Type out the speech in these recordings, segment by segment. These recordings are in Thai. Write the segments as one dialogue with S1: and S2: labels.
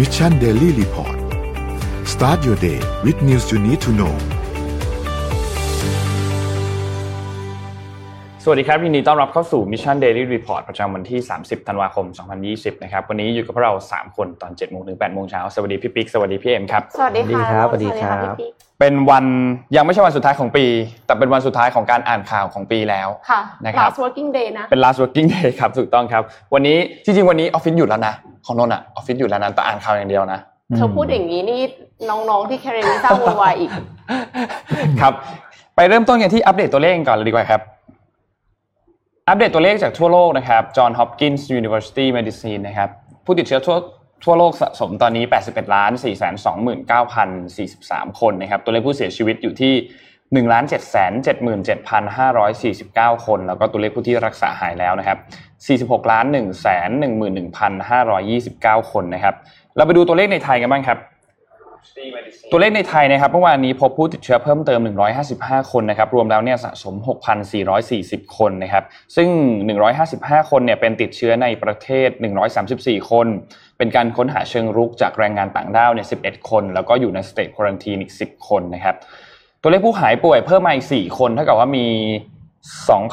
S1: Mission Daily Report start your day with news you need to know
S2: สวัสดีครับยินดีต้อนรับเข้าสู่ Mission Daily Report ประจำวันที่ 30 ธันวาคม 2020 นะครับ วันนี้อยู่กับพวกเรา 3 คนตอน 7 โมงถึง 8 โมงเช้า สวัสดีพี่ปิ๊ก สวัสดีพี่เอ็มครับ
S3: สวัสดี
S4: สวัสดี
S3: ค่ะะ
S4: ครับสวัสดีครับ
S3: พี่ปิ๊ก
S2: เป็นวันยังไม่ใช่วันสุดท้ายของปี แต่เป็นวันสุดท้ายของการอ่านข่าวของปีแล้ว
S3: ค่ะ
S2: นะครับ
S3: last working day นะ
S2: เป็น last working day ครับ ถูกต้องครับ วันนี้จริงๆ วันนี้ออฟฟิศหยุดแล้วนะ ของนนท์อะออฟฟิศหยุดแล้วนะแต่อ่านข่าวอย่างเดียวนะ
S3: เธอพูดอย่างนี้นี่น้องๆที่แคเรนิซ่าวุ่นวายอีก
S2: ครับไปเริ่มต้นกันที่อัปเดตตัวเลขกันก่อนเลยดีกว่าครับ อัปเดตตัวเลขจากทั่วโลกนะครับจอห์นฮอปกินส์ยูนิเวอร์ซิตี้เมดิซีนนะครับผู้ติดเชื้อทั่วทั่วโลกสะสมตอนนี้ 81ล้าน4 2 9 0 4 3 คนนะครับตัวเลขผู้เสียชีวิตอยู่ที่ 1 7 7 7 5 4 9 คน แล้วก็ตัวเลขผู้ที่รักษาหายแล้วนะครับ 46ล้าน1 1 1 5 2 9 คนนะครับเราไปดูตัวเลขในไทยกันบ้างครับ ตัวเลขในไทยนะครับเมื่อวานนี้พบผู้ติดเชื้อเพิ่มเติม 155 คนนะครับรวมแล้วเนี่ยสะสม 6,440 คนนะครับซึ่ง 155 คนเนี่ยเป็นติดเชื้อในประเทศ 134 คน เป็นการค้นหาเชิงรุกจากแรงงานต่างด้าวเนี่ย11 คน แล้วก็อยู่ในสเตจควอรันทีนอีก 10 คนนะครับตัวเลขผู้หายป่วยเพิ่มมาอีก 4 คนเท่ากับว่ามี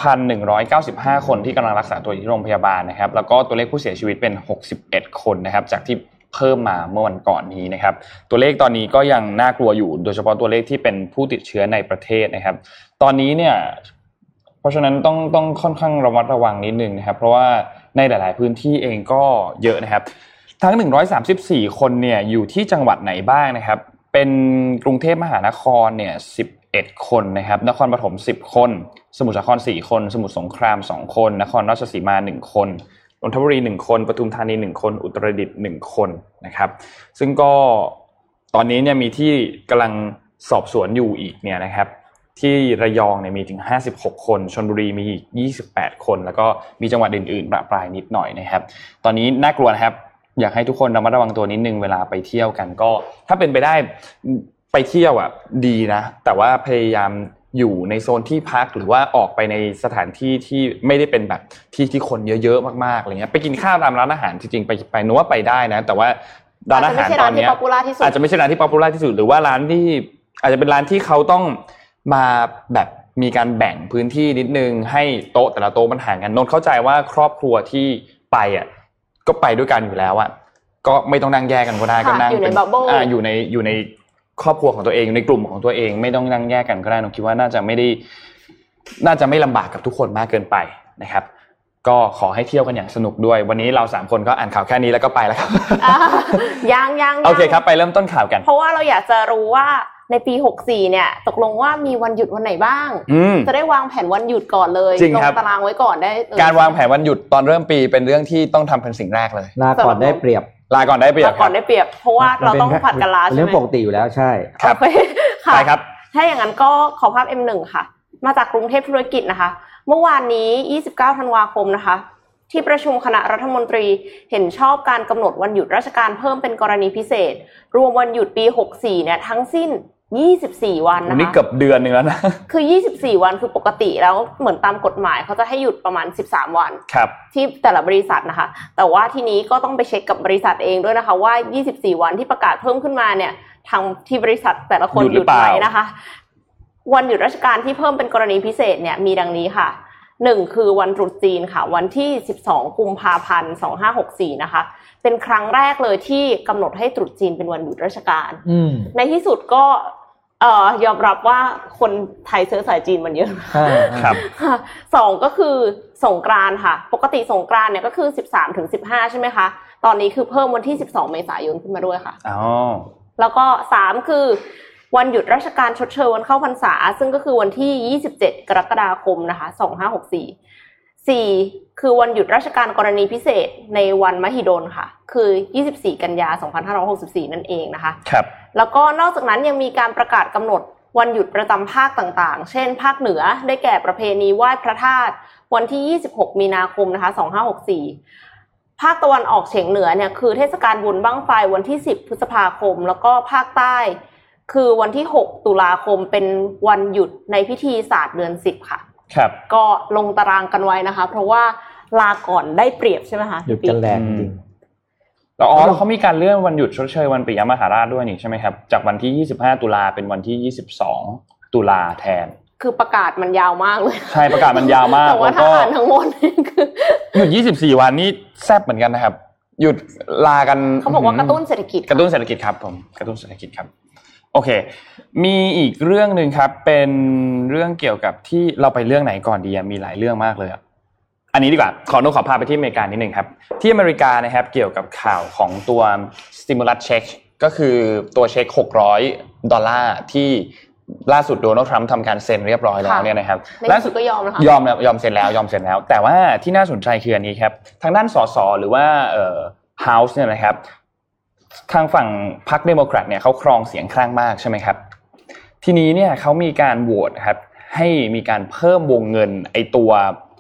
S2: 2,195 คนที่กำลังรักษาตัวอยู่ที่โรงพยาบาลนะครับแล้วก็ตัวเลขผู้เสียชีวิตเป็น 61 คนนะครับจากที่เพิ่มมาเมื่อวันก่อนนี้นะครับ ตัวเลขตอนนี้ก็ยังน่ากลัวอยู่ โดยเฉพาะตัวเลขที่เป็นผู้ติดเชื้อในประเทศนะครับ ตอนนี้เนี่ย เพราะฉะนั้นต้องต้องค่อนข้างระมัดระวังนิดนึงนะครับ เพราะว่าในหลาย ๆ พื้นที่เองก็เยอะนะครับ ทั้ง 134 คนเนี่ยอยู่ที่จังหวัดไหนบ้างนะครับ เป็นกรุงเทพมหานครเนี่ย 11 คนนะครับ นครปฐม 10 คน สมุทรสาคร 4 คน สมุทรสงคราม 2 คน นครราชสีมา 1 คนนนทบุรี 1 คน ปทุมธานี 1 คน อุตรดิตถ์1คนนะครับ ซึ่งก็ตอนนี้เนี่ยมีที่กำลังสอบสวนอยู่อีกเนี่ยนะครับ ที่ระยองเนี่ยมีถึง 56 คนชนบุรีมีอีก 28 คน แล้วก็มีจังหวัดอื่นๆประปรายนิดหน่อยนะครับ ตอนนี้น่ากลัวนะครับ อยากให้ทุกคนระมัดระวังตัวนิดนึงเวลาไปเที่ยวกันก็ ถ้าเป็นไปได้ไปเที่ยวอ่ะดีนะ แต่ว่าพยายามอยู่ในโซนที่พักหรือว่าออกไปในสถานที่ที่ไม่ได้เป็นแบบที่ที่คนเยอะๆมากๆอะไรเงี้ยไปกินข้าวตามร้านอาหารจริงๆไปไปนัวาไปได้นะ แต่ว่าร้านอาหารตอนเนี้ย
S3: อาจจะไม่ใช่ร้านที่ popular ที่สุด
S2: อาจจะไม่ใช่ร้านที่ป๊อปปูล่าที่สุดหรือว่าร้านที่อาจจะเป็นร้านที่เขาต้องมาแบบมีการแบ่งพื้นที่นิดนึง ให้โต๊ะแต่ละโต๊ะมันห่างกันนนท์เข้าใจว่าครอบครัวที่ไปอ่ะก็ไปด้วยกันอยู่แล้วอ่ะก็ไม่ต้องนั่งแยกกันก็ได้
S3: ค่ะ
S2: ก็นั่ง
S3: อยู่ใน
S2: เป็น
S3: bubble
S2: อ่าอยู่ในอยู่ในครอบครัวของตัวเองอยู่ในกลุ่มของตัวเอง ไม่ต้องนั่งแยกกันก็ได้นนท์คิดว่าน่าจะไม่ได้ น่าจะไม่ลำบากกับทุกคนมากเกินไปนะครับ ก็ขอให้เที่ยวกันอย่างสนุกด้วย วันนี้เราสามคนก็อ่านข่าวแค่นี้แล้วก็ไปแล้ว ครับ
S3: อ่ะยังยังยัง
S2: โอเคครับไปเริ่มต้นข่าวกัน
S3: เพราะว่าเราอยากจะรู้ว่าในปี 64 เนี่ย ตกลงว่ามีวันหยุดวันไหนบ้าง
S2: อืม
S3: จะได้วางแผนวันหยุดก่อนเลย
S2: จริงครับ
S3: ลตารางไว้ก่อนได้เออ
S2: การวางแผนวันหยุดตอนเริ่มปีเป็นเรื่องที่ต้องทำเป็นสิ่งแรกเลย
S4: ลาก่อนได้เปรียบ
S2: ลาก่อนได้เปรียบค
S3: ก่อ
S2: รับ
S3: นได้เปรียบ เพราะว่าเราต้องผัดกันลา
S4: เป็น
S3: ใช่
S4: เรื่อง
S3: ไหม
S4: ปกติอยู่แล้วใช่
S2: ครับ
S3: โอเค่ะ
S2: ไปครับ
S3: ถ้าอย่างนั้นก็ขอภาพ M1 ค่ะ มาจากกรุงเทพธุรกิจนะคะ เมื่อวานนี้ 29 ธันวาคมนะคะ ที่ประชุมคณะรัฐมนตรีเห็นชอบการกำหนดวันหยุดราชการเพิ่มเป็นกรณีพิเศษ รวมวันหยุดปี 64 เนี่ยทั้งสิ้น 24 วัน
S2: วั
S3: นะ
S2: นนี้
S3: คะ
S2: เกือบเดือนหนึ่งแล้วนะ
S3: คือ 24 วันคือปกติแล้วเหมือนตามกฎหมายเขาจะให้หยุดประมาณ 13 วัน
S2: ครับ
S3: ที่แต่ละบริษัทนะคะ แต่ว่าทีนี้ก็ต้องไปเช็คกับบริษัทเองด้วยนะคะ ว่า 24 วันที่ประกาศเพิ่มขึ้นมาเนี่ย ทางที่บริษัทแต่ละคน
S2: หยุดหรือเปล่า
S3: ไหมนะคะ วันหยุดราชการที่เพิ่มเป็นกรณีพิเศษเนี่ยมีดังนี้ค่ะหนึ่งคือวันตรุษจีนค่ะ วันที่ 12 กุมภาพันธ์ 2564 นะคะ เป็นครั้งแรกเลยที่กำหนดให้ตรุษจีนเป็นวันหยุดราชการ
S4: อืม
S3: ในที่สุดก็เอ่อยอมรับว่าคนไทยเชื้อสายจีนมันเยอะ
S4: อ่าอ่า
S2: ครับ
S3: ค่ะสองก็คือสงกรานต์ค่ะ ปกติสงกรานต์เนี่ยก็คือ 13ถึง15 ใช่ไหมคะ ตอนนี้คือเพิ่มวันที่ 12 เมษายนขึ้นมาด้วยค่ะ
S2: อ๋อ
S3: แล้วก็สามคือ วันหยุดราชการชดเชยวันเข้าพรรษา ซึ่งก็คือวันที่ 27 กรกฎาคมนะคะ 2564 4 คือวันหยุดราชการกรณีพิเศษในวันมหิดลค่ะ คือ 24 กันยา 2564 นั่นเองนะคะ
S2: ครับ
S3: แล้วก็นอกจากนั้นยังมีการประกาศกำหนดวันหยุดประจำภาคต่างๆ เช่น ภาคเหนือได้แก่ประเพณีไหว้พระธาตุวันที่ 26 มีนาคมนะคะ 2564 ภาคตะวันออกเฉียงเหนือเนี่ยคือเทศกาลบุญบั้งไฟวันที่ 10 พฤษภาคม แล้วก็ภาคใต้ คือวันที่ 6 ตุลาคมเป็นวันหยุดในพิธีศาสตร์เดือน 10 ค่ะ
S2: ครับ
S3: ก็ลงตารางกันไว้นะคะ เพราะว่าลาก่อนได้เปรียบใช่ไหมคะ
S4: หยุดกันแรง
S2: อืม
S4: จริง
S2: แล้วอ๋อแล้วเขามีการเลื่อนวันหยุดชดเชยวันปิยมหาราชด้วยนี่ใช่ไหมครับจากวันที่ 25 ตุลาเป็นวันที่ 22 ตุลาแทน
S3: คือประกาศมันยาวมากเลย
S2: ใช่ประกาศมันยาวมาก
S3: แต่ว่า
S2: แล้ว
S3: ถ้า
S2: ก็
S3: อ่านทั้งหมดนี่คือ
S2: หยุด 24 วันนี่แซบเหมือนกันนะครับ หยุดลากัน
S3: เขาบอกว่ากระตุ้นเศรษฐกิจ
S2: กระตุ้นเศรษฐกิจครับผมกระตุ้นเศรษฐกิจครับ โอเค มีอีกเรื่องหนึ่งครับ เป็นเรื่องเกี่ยวกับที่เราไปเรื่องไหนก่อนดีอะมีหลายเรื่องมากเลยอะอันนี้ดีกว่า ขอโน้ตขอพาไปที่อเมริกานิดหนึ่งครับ ที่อเมริกานะครับ เกี่ยวกับข่าวของตัว stimulus check ก็คือตัวเช็ค 600 ดอลลาร์ที่ล่าสุดโดนัลด์ทรัมป์ทำการเซ็นเรียบร้อยแล้วเนี่ยนะครับ
S3: ล่า
S2: ล่า
S3: สุ
S2: สุ
S3: ด
S2: ด
S3: ก็ยอมนะคะ
S2: ยอมแล้วยอมเสร็จแล้วยอมเสร็จแล้ว แต่ว่าที่น่าสนใจคืออันนี้ครับ ทางด้านสสหรือว่าเอ่อ House เนี่ยนะครับ ทางฝั่งพรรคเดโมแครตเนี่ยเขาครองเสียงข้างมากใช่ไหมครับ ทีนี้เนี่ยเขามีการโหวตครับ ให้มีการเพิ่มวงเงินไอตัว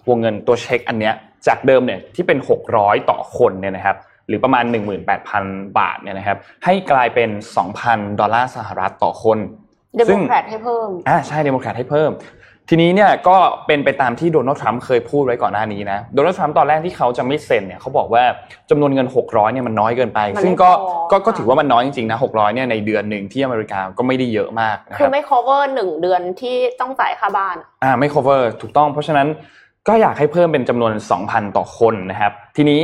S2: วงเงินตัวเช็คอันเนี้ยจากเดิมเนี่ยที่เป็น 600 ต่อคนเนี่ยนะครับ หรือประมาณ 18,000 บาทเนี่ยนะครับ ให้กลายเป็น 2,000 ดอลลาร์สหรัฐต่อคน
S3: เด
S2: ซึ่
S3: โม
S2: ง
S3: แครตให้เพิ่ม
S2: อ่าใช่เดโมแครตให้เพิ่ม ทีนี้เนี่ยก็เป็นไปตามที่โดนัลด์ทรัมป์เคยพูดไว้ก่อนหน้านี้นะโดนัลด์ทรัมป์ตอนแรกที่เขาจะไม่เซ็นเนี่ยเขาบอกว่าจำนวนเงิน 600เนี่ยมันน้อยเกินไป
S3: มันไม่
S2: ซึ่งก็
S3: พอ
S2: ก็ก็ถือว่ามันน้อยจริงๆนะ600เนี่ยในเดือนหนึ่งที่อเมริกาก็ไม่ได้เยอะมากนะค
S3: คือ
S2: รับ
S3: ไม่ cover หนึ่งเดือนที่ต้องจ่ายค่าบ้าน
S2: อ่าไม่ cover ถูกต้อง เพราะฉะนั้นก็อยากให้เพิ่มเป็นจำนวน 2,000 ต่อคนนะครับ ทีนี้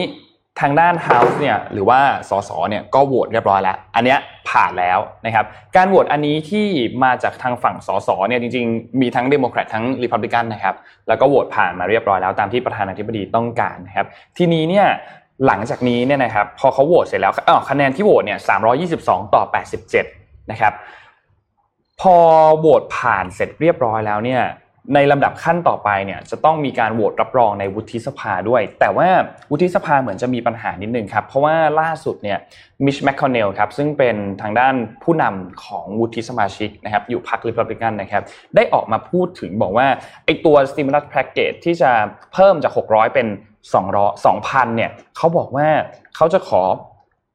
S2: ทางด้าน House เนี่ยหรือว่าสสเนี่ยก็โหวตเรียบร้อยแล้ว อันเนี้ยผ่านแล้วนะครับการโหวตอันนี้ที่มาจากทางฝั่งสสเนี่ยจริงๆมีทั้งเดโมแครตทั้งรีพับลิกันนะครับ แล้วก็โหวตผ่านมาเรียบร้อยแล้วตามที่ประธานาธิบดีต้องการนะครับ ทีนี้เนี่ยหลังจากนี้เนี่ยนะครับพอเขาโหวตเสร็จแล้วอ๋อคะแนนที่โหวตเนี่ย322 ต่อ 87 นะครับ พอโหวตผ่านเสร็จเรียบร้อยแล้วเนี่ยในลำดับขั้นต่อไปเนี่ยจะต้องมีการโหวตรับรองในวุฒิสภาด้วย แต่ว่าวุฒิสภาเหมือนจะมีปัญหานิดนึงครับเพราะว่าล่าสุดเนี่ย มิชแมคคอนเนลครับซึ่งเป็นทางด้านผู้นำของวุฒิสมาชิกนะครับอยู่พรรคริพับลิกันนะครับได้ออกมาพูดถึงบอกว่าไอตัว stimulus package ที่จะเพิ่มจาก 600 เป็น200 2,000เนี่ยเขาบอกว่าเขาจะขอ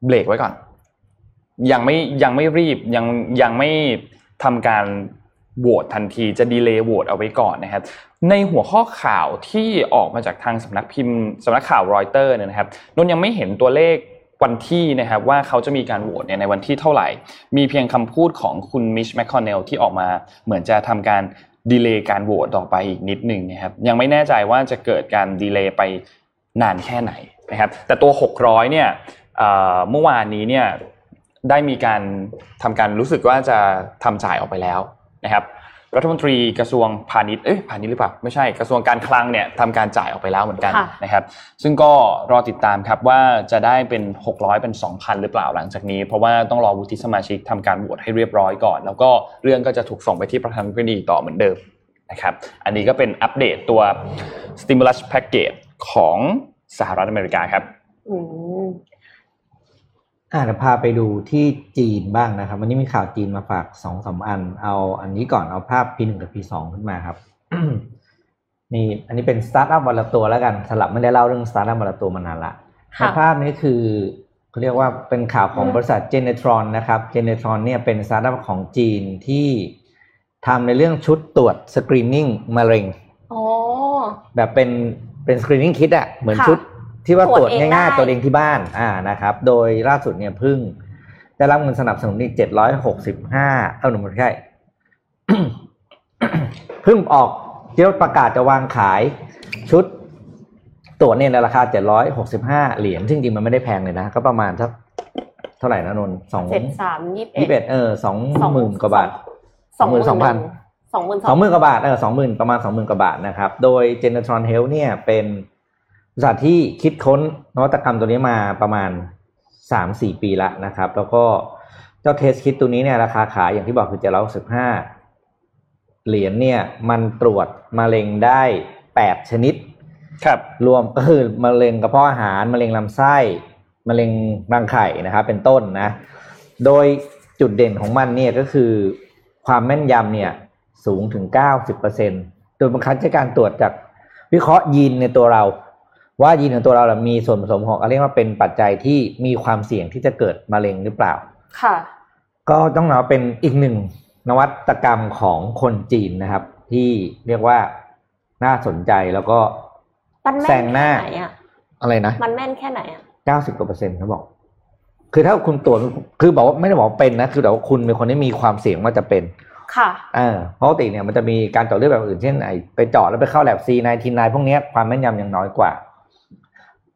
S2: เบรกไว้ก่อน ยังไม่ยังไม่รีบยังยังไม่ทำการโหวตทันทีจะดีเลย์โหวตเอาไว้ก่อนนะครับ ในหัวข้อข่าวที่ออกมาจากทางสำนักพิมพ์สำนักข่าวรอยเตอร์เนี่ยนะครับนนท์ยังไม่เห็นตัวเลขวันที่นะครับว่าเขาจะมีการโหวตเนี่ยในวันที่เท่าไหร่ มีเพียงคำพูดของคุณมิชแมคคอนเนลที่ออกมาเหมือนจะทำการดีเลย์การโหวตต่อไปอีกนิดหนึ่งนะครับยังไม่แน่ใจว่าจะเกิดการดีเลย์ไปนานแค่ไหนนะครับแต่ตัว 600เนี่ยเอ่อเมื่อวานนี้เนี่ยได้มีการทำการรู้สึกว่าจะทำจ่ายออกไปแล้วนะครับ รัฐมนตรีกระทรวงพาณิชย์ เอ้ยพาณิชย์หรือเปล่า ไม่ใช่ กระทรวงการคลังเนี่ยทำการจ่ายออกไปแล้วเหมือนกัน
S3: ค่ะ
S2: นะครับ ซึ่งก็รอติดตามครับว่าจะได้เป็น 600 เป็น 2,000 หรือเปล่าหลังจากนี้ เพราะว่าต้องรอวุฒิสมาชิกทำการโหวตให้เรียบร้อยก่อน แล้วก็เรื่องก็จะถูกส่งไปที่ประธานาธิบดีต่อเหมือนเดิมนะครับ อันนี้ก็เป็นอัปเดตตัว stimulus package ของสหรัฐอเมริกาครับ
S3: อืม
S4: อ่าเดี๋ยวพาไปดูที่จีนบ้างนะครับ วันนี้มีข่าวจีนมาฝากสองสามอัน เอาอันนี้ก่อนเอาภาพ P หนึ่งกับ P สองขึ้นมาครับ นี่อันนี้เป็นสตาร์ทอัพวันละตัวแล้วกันสลับไม่ได้เล่าเรื่องสตาร์ทอัพวันละตัวมานานละใน
S3: ค่ะ
S4: ภาพนี้คือเขาเรียกว่าเป็นข่าวของบริษัท Genetron นะครับ Genetron เนี่ยเป็นสตาร์ทอัพของจีนที่ทำในเรื่องชุดตรวจสกรีนนิ่งมะเร็ง
S3: อ๋อ
S4: แบบเป็นเป็นสกรีนนิ่งคิดอะเหมือน
S3: ค่ะ
S4: ชุดที่ว่า
S3: ต
S4: ต
S3: ร
S4: ร
S3: ว
S4: ว
S3: จ
S4: จ
S3: เอง
S4: ง่าย
S3: ได้
S4: ๆตัวเองที่บ้านอ่านะครับ โดยล่าสุดเนี่ยเพึ่งได้รับเงินสนับสนุนอีกเจ็ดร้อยหกสิบห้าเอ้าหนุ่มไม่ใช่ เพึ่งออกที่ว่าประกาศจะวางขายชุดตรวจเนี่ยในราคาเจ็ดร้อยหกสิบห้าเหรียญซึ่งจริงมันไม่ได้แพงเลยนะ ก็ประมาณสักเท่าไหร่นะนนท์สอง
S3: เจ็ดสามยี่สิบ
S4: ยี่สิบ
S3: เอ็
S4: เอ็
S3: ด
S4: ดเออสองหมื่นกว่าบาท
S3: สองหมื่นสองพันสองหมื่นส
S4: ส
S3: อ
S4: อง งหมื่นกว่าบาทเออสองหมื่นประมาณสองหมื่นกว่าบาทนะครับ โดย Genetron Health เนี่ยเป็นบริษัทที่คิดค้นนวัตกรรมตัวนี้มาประมาณสามสี่ปีละนะครับ แล้วก็เจ้าเทสคิดตัวนี้เนี่ยราคาขายอย่างที่บอกคือเจ็ดร้อยสิบห้าเหรียญเนี่ยมันตรวจมะเร็งได้แปดชนิด
S2: ครับ
S4: รวม ก็คือมะเร็งกระเพาะอาหารมะเร็งลำไส้มะเร็งรังไข่นะครับ เป็นต้นนะ โดยจุดเด่นของมันเนี่ยก็คือความแม่นยำเนี่ยสูงถึง 90%โดยบังคับใช้การตรวจจากวิเคราะห์ยีนในตัวเรา ว่ายีนของตัวเราน่ะมีส่วนผสมของอะไรเรียกว่าเป็นปัจจัยที่มีความเสี่ยงที่จะเกิดมะเร็งหรือเปล่า
S3: ค่ะ
S4: ก็ต้องนับว่าเป็นอีกหนึ่งนวัตกรรมของคนจีนนะครับ ที่เรียกว่าน่าสนใจแล้วก็
S3: มันแม่น
S4: แซงหน้า
S3: แค่ไหนอ่ะ
S4: อะไรนะ
S3: มันแม่นแค่ไหนอ่ะ
S4: เก้าสิบกว่าเปอร์เซ็นต์เขาบอก คือถ้าคุณตรวจคือบอกว่าไม่ได้บอกว่าเป็นนะ คือแต่ว่าคุณเป็นคนที่มีความเสี่ยงว่าจะเป็น
S3: ค่ะ
S4: เออเพราะปกติเนี่ยมันจะมีการเจาะเลือดแบบอื่นเช่นไอไปเจาะแล้วไปเข้าแลบซีนทีนพวกเนี้ยความแม่นยำยังน้อยกว่า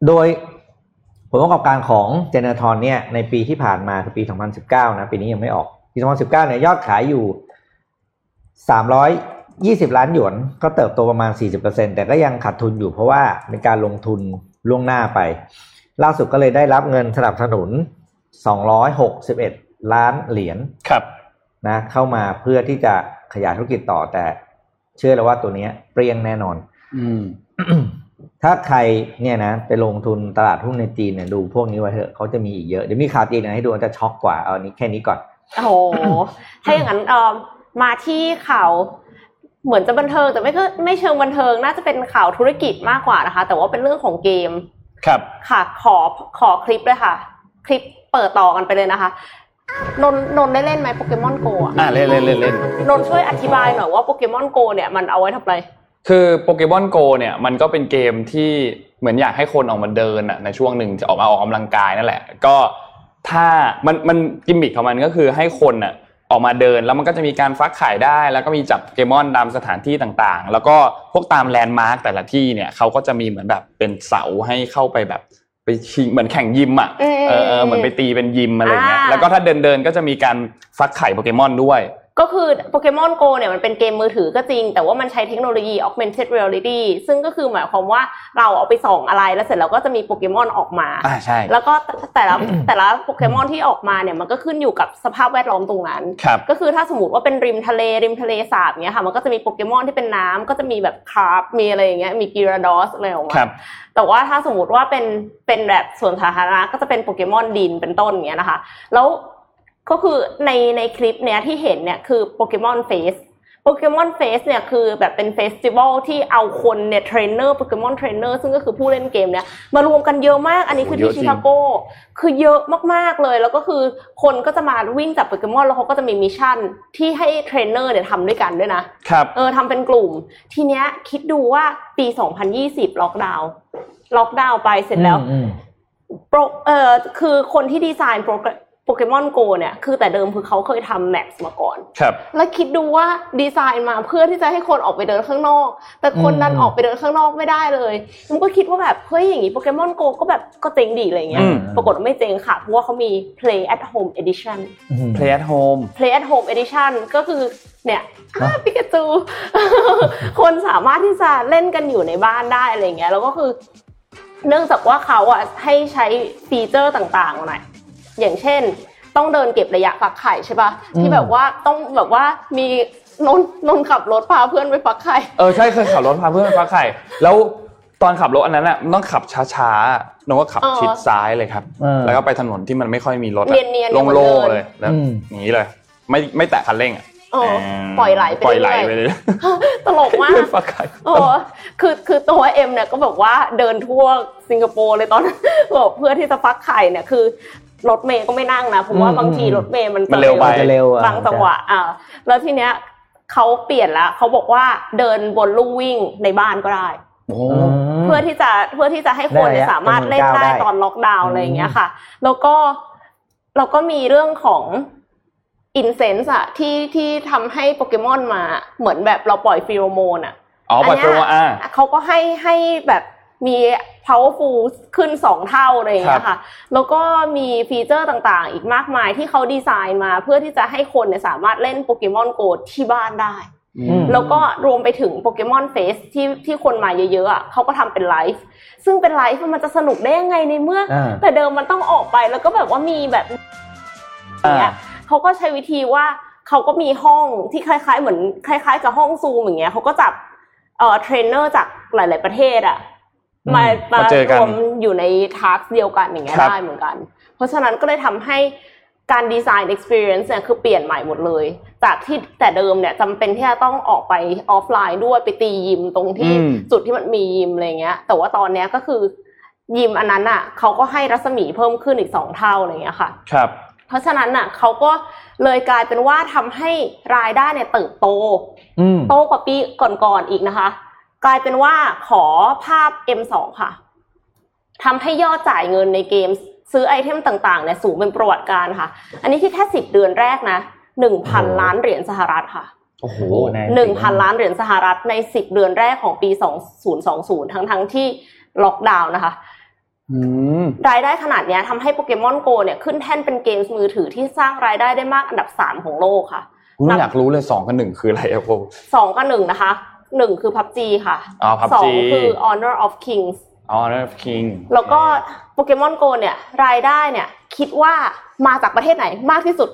S4: โดยผลประกอบการของเจเนทอนเนี่ยในปีที่ผ่านมาคือปี 2019 นะปีนี้ยังไม่ออก ปี 2019 เนี่ยยอดขายอยู่ 320 ล้านหยวน ก็เติบโตประมาณ 40%แต่ก็ยังขาดทุนอยู่เพราะว่าเป็นการลงทุนล่วงหน้าไป ล่าสุดก็เลยได้รับเงินสนับสนุน 261 ล้านเหรียญ
S2: ครับ
S4: นะเข้ามาเพื่อที่จะขยายธุรกิจต่อแต่เชื่อแล้วว่าตัวเนี้ยเปรี้ยงแน่นอน
S2: อืม
S4: ถ้าใครเนี่ยนะไปลงทุนตลาดหุ้นในจีนเนี่ยดูพวกนี้ไว้เถอะเขาจะมีอีกเยอะเดี๋ยวมีข่าวจีนนะให้ดูจะช็อกกว่าเอาอันนี้แค่นี้ก่อน
S3: โอ้โห ถ้าอย่างนั้นเอ่อมาที่ข่าว เหมือนจะบันเทิงแต่ไม่ก็ไม่เชิงบันเทิง น่าจะเป็นข่าวธุรกิจมากกว่านะคะ แต่ว่าเป็นเรื่องของเกม
S2: ครับ
S3: ค่ะ ขอขอคลิปเลยค่ะ คลิปเปิดต่อกันไปเลยนะคะ นนนนได้เล่นไหมโปเกมอนโกอะ
S2: อ่าเล่นเล่นเล่นเล่น
S3: นนช่วยอธิบายหน่อยว่าโปเกมอนโกเนี่ยมันเอาไว้ทำอะไร
S2: คือโปเกมอนโกเนี่ยมันก็เป็นเกมที่เหมือนอยากให้คนออกมาเดินอะในช่วงหนึ่งจะออกมาออกกำลังกายนั่นแหละ ก็ถ้ามันมันกิมมิคของมันก็คือให้คนอะออกมาเดินแล้วมันก็จะมีการฟักขายได้ แล้วก็มีจับโปเกมอนตามสถานที่ต่างๆ แล้วก็พวกตามแลนด์มาร์กแต่ละที่เนี่ยเขาก็จะมีเหมือนแบบเป็นเสาให้เข้าไปแบบไปชิงเหมือนแข่งยิมอะ
S3: เออ
S2: เออเออเหมือนไปตีเป็นยิมอะไรอย่างเงี้ย
S3: อ่า
S2: แล้วก็ถ้าเดินเดินๆก็จะมีการฟักไข่โปเกมอนด้วย
S3: ก็คือโปเกมอนโกเนี่ยมันเป็นเกมมือถือก็จริง แต่ว่ามันใช้เทคโนโลยี augmented reality ซึ่งก็คือหมายความว่าเราเอาไปส่องอะไรแล้วเสร็จแล้วก็จะมีโปเกมอนออกมา
S2: อ่าใช่
S3: แล้วก็แต่ละแต่ละโปเกมอนที่ออกมาเนี่ยมันก็ขึ้นอยู่กับสภาพแวดล้อมตรงนั้น
S2: ครับ
S3: ก็คือถ้าสมมติว่าเป็นริมทะเลริมทะเลสาบเนี้ยค่ะ มันก็จะมีโปเกมอนที่เป็นน้ำก็จะมีแบบคาร์ปมีอะไรอย่างเงี้ยมีกิราดอสอะไรออกมา
S2: ครับ
S3: แต่ว่าถ้าสมมติว่าเป็นเป็นแบบสวนสาธารณะก็จะเป็นโปเกมอนดินเป็นต้นเงี้ยนะคะ แล้วก็คือในในคลิปเนี้ยที่เห็นเนี่ยคือโปเกมอนเฟส โปเกมอนเฟสเนี่ยคือแบบเป็นเฟสติวัลที่เอาคนเนี่ยเทรนเนอร์โปเกมอนเทรนเนอร์ซึ่งก็คือผู้เล่นเกมเนี่ยมารวมกันเยอะมากอันนี้คือ
S2: โอ้เย
S3: ที่
S2: อะจริ
S3: ชิ
S2: ง
S3: คาโกคือเยอะมากๆเลย แล้วก็คือคนก็จะมาวิ่งจับโปเกมอนแล้วเขาก็จะมีมิชชั่นที่ให้เทรนเนอร์เนี่ยทำด้วยกันด้วยนะครับ เออทำเป็นกลุ่ม ทีเนี้ยคิดดูว่าปี 2020 ล็อกดาวน์ล็อกดาวน์ไปเสร็จแล้ว
S4: อืม
S3: โปรเอ่อคือคนที่ดีไซน์โปรแกรมโปเกมอนโกเนี่ยคือแต่เดิมคือเขาเคยทำแมปมาก่อน
S2: ครับ
S3: แล้วคิดดูว่าดีไซน์มาเพื่อที่จะให้คนออกไปเดินข้างนอก แต่คนนั้น
S4: อืม
S3: ออกไปเดินข้างนอกไม่ได้เลยมันก็คิดว่าแบบเฮ้ยอย่างนี้โปเกมอนโกก็แบบก็เจ๋งดีอะไรเงี้
S2: อื
S3: ย
S2: ม
S3: ปรากฏว่าไม่เจ๋งค่ะ เพราะว่าเขามี play at home edition
S4: อืม
S2: play at home
S3: play at home edition ก็คือเนี่ย
S4: ครับ
S3: ปิกาจู คนสามารถที่จะเล่นกันอยู่ในบ้านได้อะไรเงี้ยแล้วก็คือ เนื่องจากว่าเขาอะให้ใช้ฟีเจอร์ต่างๆหน่อยอย่างเช่น ต้องเดินเก็บระยะฟักไข่ใช่ปะ
S4: อืม
S3: ที่แบบว่าต้องแบบว่ามีนนนนขับรถพาเพื่อนไปฟักไข่
S2: เออใช่เคยขับรถพาเพื่อนไปฟักไข่ แล้วตอนขับรถอันนั้นอ่ะมันต้องขับช้าๆน้องก็ขับ
S3: เออ
S2: ชิดซ้ายเลยครับ
S4: เออ
S2: แล้วก็ไปถนนที่มันไม่ค่อยมีรถอะ
S3: เนียนๆ
S2: โล่งๆ
S3: เดิน
S2: เลยแล้ว
S4: อืม
S2: หนีเลย ไม่ไม่แตะคันเร่งอ่ะ
S3: เออ
S2: แม
S3: ปล่อยไหลไป
S2: ปล่อยไหล
S3: เรื่อย
S2: ไปเลย
S3: ๆตลกมาก
S2: เพื่อนฟักไข่
S3: โอ้คือคือตัวเอ็มเนี่ยก็แบบว่าเดินทั่วสิงคโปร์เลยตอนนั้น บอกเพื่อที่จะฟักไข่เนี่ยคือรถเมย์ก็ไม่นั่งนะเพราะว่า
S4: อืม
S3: บางที
S4: อืม
S3: รถเมย์มัน
S2: มันเร็วไป
S4: มันจะเร็วอ่ะ
S3: บางจังหวะอ่าแล้วทีเนี้ยเขาเปลี่ยนละเขาบอกว่าเดินบนลู่วิ่งในบ้านก็ได้
S2: โอ้
S4: อืม
S3: เพื่อที่จะเพื่อที่จะให้คนเนี่ย
S4: ได้ระยะ
S3: สามารถเล่น
S4: จำนวน
S3: ได้
S4: ก้าวได้
S3: ตอนล็อกดาวน์
S4: อืม
S3: อะไรอย่างเงี้ยค่ะ แล้วก็แล้วก็มีเรื่องของอินเซนส์อะที่ที่ทำให้โปเกมอนมาเหมือนแบบเราปล่อยฟีโรโมนอะ
S2: อ๋อปล่อยโปรโมอ่ะ
S3: เขาก็ให้ให้แบบมี powerful ขึ้นสองเท่าอะไรอย่างเงี้ยค่ะ แล้วก็มีฟีเจอร์ต่างๆ อีกมากมายที่เขาดีไซน์มาเพื่อที่จะให้คนเนี่ยสามารถเล่นโปเกมอนโกที่บ้านได้
S4: อืม
S3: แล้วก็รวมไปถึงโปเกมอนเฟสที่ที่คนมาเยอะๆอ่ะเขาก็ทำเป็นไลฟ์ซึ่งเป็นไลฟ์มันจะสนุกได้ยังไงในเมื่อ
S4: อ่า
S3: แต่เดิมมันต้องออกไปแล้วก็แบบว่ามีแบบอย่างเนี้ยเขาก็ใช้วิธีว่าเขาก็มีห้องที่คล้าย ๆ เหมือนคล้าย ๆ กับห้องซูมอย่างเงี้ยเขาก็จับเอ่อเทรนเนอร์จากหลาย ๆประเทศอะ
S4: อืม
S3: มามา
S2: มาเจอกัน
S3: รวมอยู่ในทาร์กเดียวกันอย่างเงี้ย
S2: ครับ
S3: ได้เหมือนกัน เพราะฉะนั้นก็เลยทำให้การดีไซน์ experience เนี่ยคือเปลี่ยนใหม่หมดเลย จากที่แต่เดิมเนี่ยจำเป็นที่จะต้องออกไปออฟไลน์ด้วยไปตียิมตรงที่
S2: อืม
S3: จุดที่มันมียิมอะไรเงี้ย แต่ว่าตอนเนี้ยก็คือยิมอันนั้นอ่ะเขาก็ให้รัศมีเพิ่มขึ้นอีกสองเท่าอะไรเงี้ยค่ะ
S2: ครับ
S3: เพราะฉะนั้นอ่ะเขาก็เลยกลายเป็นว่าทำให้รายได้เนี่ยเติบโต
S4: อืม
S3: โตกว่าปีก่อนๆอีกนะคะ กลายเป็นว่าขอภาพ M2 ค่ะทำให้ยอดจ่ายเงินในเกม ซื้อไอเทมต่างๆเนี่ยสูงเป็นประวัติการณ์ค่ะ อันนี้คือแค่สิบเดือนแรกนะหนึ่งพันล้านเหรียญสหรัฐค่ะ
S2: โอ้โห
S4: แน่
S3: หนึ่งพันล้านเหรียญสหรัฐในสิบเดือนแรกของปีสองศูนย์สองศูนย์ทั้งทั้งๆที่ล็อกดาวน์นะคะ
S2: อืม
S3: รายได้ขนาดเนี้ยทำให้โปเกมอนโกเนี่ยขึ้นแท่นเป็นเกมส์มือถือที่สร้างรายได้ได้มากอันดับสามของโลกค่ะ
S2: กูอยากรู้เลยสองกับหนึ่งคืออะไรอะผม
S3: สองกับหนึ่งนะคะหนึ่งคือ PUBG ค่ะ
S2: อ๋อพับ
S3: สอง
S2: จี
S3: คือ Honor of Kings
S2: อ๋อนั่นคิง
S3: แล้วก็โปเกมอนโกเนี่ยรายได้เนี่ยคิดว่ามาจากประเทศไหนมากที่สุด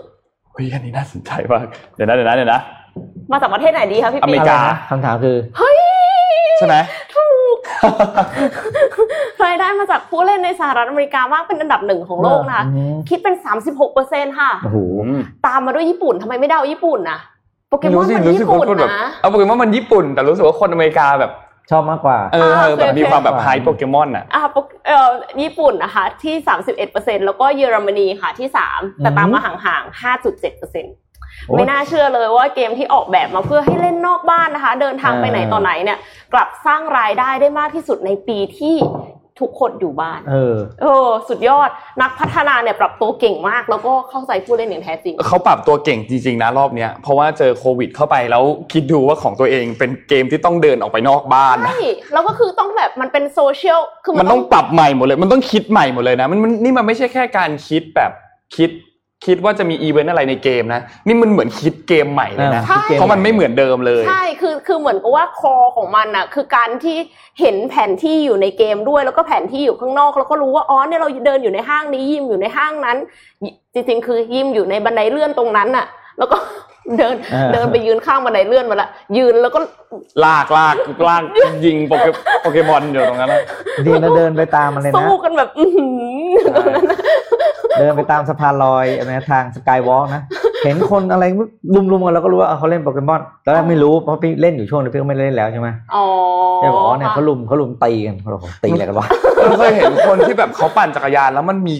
S2: เฮ้ยอันนี้น่าสนใจมากเดี๋ยวนะเดี๋ยวนะเดี๋ยวนะ
S3: มาจากประเทศไหนดีคะพี่
S2: อเม
S3: ปิ๊
S2: ริ
S3: ก
S2: กา
S4: อะไรนะคำถามคือ
S3: เฮ้ย
S2: ใช่ไหม
S3: รายได้มาจากผู้เล่นในสหรัฐอเมริกามากเป็นอันดับหนึ่งของโลกนะคะ
S4: อืม
S3: คิดเป็น 36%ค่ะ
S4: โอ้โห
S3: ตามมาด้วยญี่ปุ่นทำไมไม่เดาญี่ปุ่นนะโปเกมอน
S2: รู้สิ
S3: มัน
S2: รู้สึ
S3: ญี่
S2: กว่า
S3: ปุ่น
S2: คนแบบ
S3: นะ
S2: เอาโปเกมอนมันญี่ปุ่น แต่รู้สึกว่าคนอเมริกาแบบ
S4: ชอบมากกว่า
S2: เออ
S3: อ่า
S2: แบบ
S3: โอเค
S2: มีความแบบไฮ
S4: โอเค
S2: โปเกมอนอ่ะ
S3: อ่าโปเกเอ่อญี่ปุ่นนะคะที่ 31%แล้วก็เยอรมนีค่ะที่ 3 แต่ตามมาห่างๆ 5.7%ไม่น่าเชื่อเลยว่าเกมที่ออกแบบมาเพื่อให้เล่นนอกบ้านนะคะ เดินทางไปไหนต่อไหนเนี่ย กลับสร้างรายได้ได้มากที่สุดในปีที่ทุกคนอยู่บ้าน
S4: เออ
S3: เออ สุดยอดนักพัฒนาเนี่ยปรับตัวเก่งมาก แล้วก็เข้าใจผู้เล่นอย่างแท้จริง
S2: เขาปรับตัวเก่งจริง ๆ นะรอบเนี้ยเพราะว่าเจอโควิดเข้าไปแล้วคิดดูว่าของตัวเองเป็นเกมที่ต้องเดินออกไปนอกบ้านนะ
S3: ใช่ แล้วก็คือต้องแบบมันเป็นโซเชียล คือ
S2: มันต้องปรับใหม่หมดเลย มันต้องคิดใหม่หมดเลยนะมันมันนี่มันไม่ใช่แค่การคิดแบบคิด คิดว่าจะมีอีเวนต์อะไรในเกมนะนี่มันเหมือนคิดเกมใหม่เลยนะ
S4: ใช่
S2: เพราะมันไม่เหมือนเดิมเลย
S3: ใช่ คือ คือเหมือนกับว่าคอของมันอะคือการที่เห็นแผนที่อยู่ในเกมด้วย แล้วก็แผนที่อยู่ข้างนอก แล้วก็รู้ว่า อ๋อ เนี่ยเราเดินอยู่ในห้างนี้ ยิมอยู่ในห้างนั้น จริงๆ คือยิมอยู่ในบันไดเลื่อนตรงนั้นอะแล้วก็ เดิน
S4: เออ
S3: เดินไปยืนข้างบันไดเลื่อนมาละ ยืนแล้วก็
S2: ลากลากลากยิงโปเกโปเกมอนอยู่ตรงนั้นนะ
S4: ดีนะเดินไปตามมันเลยนะ
S3: สู้กันแบบ อื้อหือตรงนั้นอะ
S4: เดินไปตามสะพานลอยอะไรนะทางสกายวอล์กนะ เห็นคนอะไรลุมๆกันแล้วก็รู้ว่าเออเขาเล่นโปเกมอนตอนแรกไม่รู้เพราะพี่เล่นอยู่ช่วงนึงพี่ก็ไม่ได้เล่นแล้วใช่ไหม
S3: อ๋อ
S4: เดี๋ยวบอกว่าเนี่ยเขาลุมเขาลุมตีกันเขาบอกตีอะไรกันวะ
S2: เราเคยเห็นคนที่แบบเขาปั่นจักรยานแล้วมันมี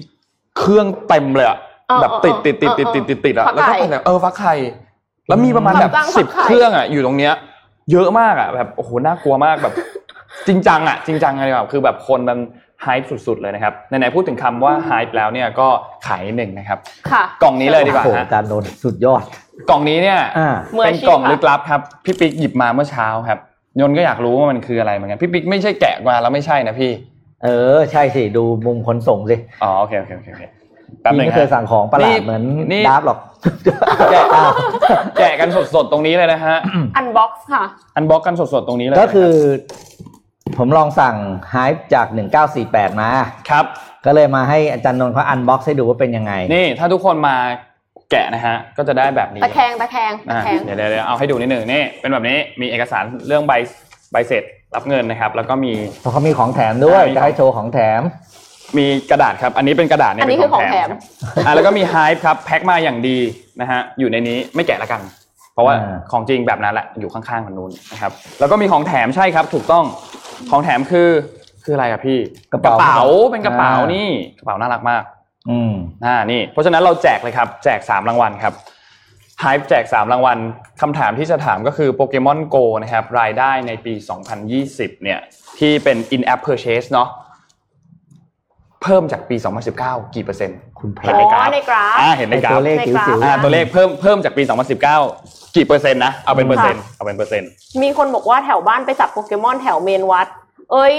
S2: เครื่องเต็มเลยอะ
S3: เออ
S2: แบบติดติดติดติด
S3: เออเออ
S2: ติดติดติดอะ
S3: ฟัก
S2: แล้วก็
S3: ไข่
S2: ปั่นแบบเออฟักไข่แล้วมีประมาณแบบ
S3: ฟักไข่
S2: สิบเครื่องอะอยู่ตรงเนี้ย เยอะมากอะแบบโอ้โหน่ากลัวมากแบบ จริงจังอะจริงจังเลยแบบคือแบบคนมันไฮป์สุดๆเลยนะครับไหนๆพูดถึงคำว่าไฮป์แล้วเนี่ยก็ขายหนึ่งนะครับ
S3: ค่ะ
S2: กล่องนี้เลยดีกว่า
S4: โอ้โห
S2: ฮะ
S4: อาจารย์โดนสุดยอด
S2: กล่องนี้เนี่ย
S4: อ่า
S3: มือ
S2: เป็
S3: อาน ชีพ
S2: กล่อง
S3: ค่ะ
S2: ลึกลับครับพี่ปิ๊กหยิบมาเมื่อเช้าครับยนต์ก็อยากรู้ว่ามันคืออะไรเหมือนกันพี่ปิ๊กไม่ใช่แกะมาแล้วไม่ใช่นะพี่
S4: เออ ใช่สิ ดูมุมขนส่งสิ
S2: อ๋อโอเคโอเคโอเคโอเคแป๊บห
S4: พี่
S2: นึง
S4: ไม่เคย
S2: ฮะ
S4: สั่งของประหลาด
S2: นี่
S4: เหมือน
S2: นี่
S4: ดาร์ฟหรอก
S2: แกะแกะกันสดๆตรงนี้เลยนะฮะ
S3: อันบ็อกซ์ค่ะ
S2: อันบล็อกกันสดๆตรงนี้เลย
S4: ก็คือ
S2: นะ
S4: ผมลองสั่งไฮป์จาก 1948 มา
S2: ครับ
S4: ก็เลยมาให้อาจารย์นนท์เขาอันบ็อกซ์ให้ดูว่าเป็นยังไง
S2: ครับ นี่ถ้าทุกคนมาแกะนะฮะ ก็จะได้แบบนี้
S3: ตะแคงตะแคงตะ
S2: อ่ะ
S3: แคง
S2: เดี๋ยวเดี๋ยวเดี๋ยวเอาให้ดูนิดหนึ่งนี่เป็นแบบนี้มีเอกสารเรื่องใบใบเสร็จรับเงินนะครับ แล้วก็มี
S4: เพราะเขามีของแถมด้วย
S2: อ่ามี
S4: จะให้โชว์ของแถม
S2: มีกระดาษครับ อันนี้เป็นกระดาษเนี่ย
S3: อันนี้
S2: เป็
S3: คือของแถม
S2: ครับอ่ะแล้วก็มีไฮป์ครับแพ็คมาอย่างดีนะฮะอยู่ในนี้ไม่แกะละกัน เพราะว่า
S4: อ่า
S2: ของจริงแบบนั้นแหละอยู่ข้างๆมันนู้นนะครับ แล้วก็มีของแถมใช่ครับ ถูกต้องของแถมคือคืออะไรอะพี่กระเป๋าเป็นกระเป๋านี่กระเป๋าน่ารักมาก
S4: อืม
S2: อ่านี่เพราะฉะนั้นเราแจกเลยครับ แจก 3 รางวัลครับไฮแจก 3 รางวัลคำถามที่จะถามก็คือโปเกมอน Go นะครับ รายได้ในปี 2020 เนี่ย ที่เป็น in app purchase เนาะเพิ่มจากปี 2019 กี่เปอร์เซ็นต์
S4: คุณพ
S2: เห็น
S4: ระ
S2: ใน
S3: อ๋
S2: กราฟ
S3: อในกราฟ
S2: อ่าเห็นในกรา
S4: ตั
S2: ฟ
S4: วเลข
S3: ใน
S4: จิ๋
S3: กราฟ
S4: วๆ
S2: อ่าตัวเลขเพิ่มเพิ่มจากปี 2019 กี่เปอร์เซ็นต์นะ เอาเป็นเปอร์เซ็นต์เอาเป็นเปอร์เซ็นต์
S3: มีคนบอกว่าแถวบ้านไปจับโปเกมอนแถวเมนวัด เอ้ย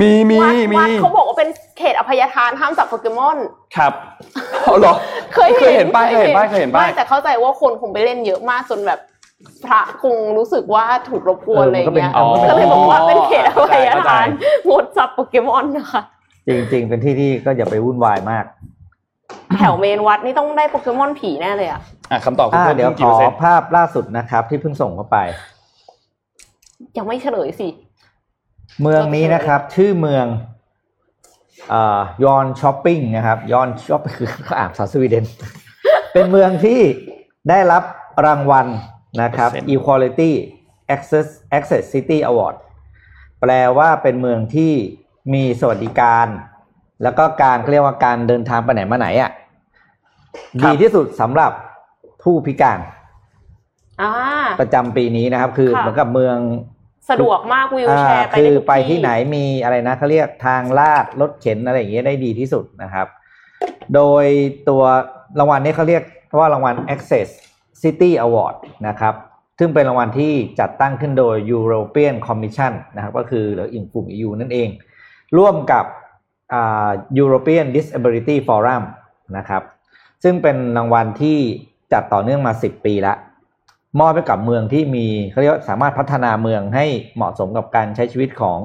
S2: มีมี
S3: วัด
S2: มี
S3: วัดเขาบอกว่าเป็นเขตอภัยทานห้ามจับโปเกมอน
S2: ครับเอาเหรอ
S3: เคย
S2: เคยเห็นป้ายเคยเห็นป้ายเคยเห็นป้าย
S3: ไม่แต่เข้าใจว่าคนคงไปเล่นเยอะมากจนแบบพระคงรู้สึกว่าถูกรบกวน
S4: เออ
S3: อะไรอย่างเงี้ย
S4: มันก็เป็
S3: ก็เลย
S4: น
S3: บอกว่าเป็นเขตอภัย
S2: เข้าใจ
S3: ทานงดจับโปเกมอนนะคะ
S4: จริง ๆ เป็นที่ที่ก็อย่าไปวุ่นวายมาก
S3: แถวเมนวัดนี่ต้องได้โปเกมอนผีแน่เลยอะ
S2: อ่ะคำตอบคือเพิ่
S4: อ่า
S2: ม
S4: เดี๋ยว
S2: ขึ้น
S4: ข
S2: กี่เป
S4: อ
S2: อร์เซ็นต์
S4: ภาพล่าสุดนะครับ ที่เพิ่งส่งเข้าไป
S3: ยังไม่เฉลยสิ
S4: เมืองนี้นะครับ ชื่อเมืองเอ่อยอนช้อปปิ้งนะครับยอนช้อปคือเขาอ่านภาษาสวีเดน เป็นเมืองที่ได้รับรางวัลนะครับ Equality Access Access City Award แปลว่าเป็นเมืองที่มีสวัสดิการ แล้วก็การเรียกว่าการเดินทางไปไหนมาไหนอะ่ะดีที่สุดสำหรับผู้พิการ
S3: อ่า
S4: ประจำปีนี้นะครับ คือ
S3: ค่ะ
S4: เหมือนกับเมือง
S3: สะดวกมากวิวแชร์ไป
S4: อ่า
S3: ใน
S4: คือ
S3: ทุก
S4: ไปที่ไหนมีอะไรนะเขาเรียกทางลาดรถเข็นอะไรอย่างเงี้ยได้ดีที่สุดนะครับ โดยตัวรางวัลนี้เขาเรียกว่ารางวัล Access City Award นะครับ ซึ่งเป็นรางวัลที่จัดตั้งขึ้นโดย European Commission นะครับ ก็คือหรืออิ่มกลุ่ม EU นั่นเอง ร่วมกับอ่า European Disability Forum นะครับ ซึ่งเป็นรางวัลที่จัดต่อเนื่องมา 10 ปีละมอบให้กับเมืองที่มีเขาเรียกว่าสามารถพัฒนาเมืองให้เหมาะสมกับการใช้ชีวิตของ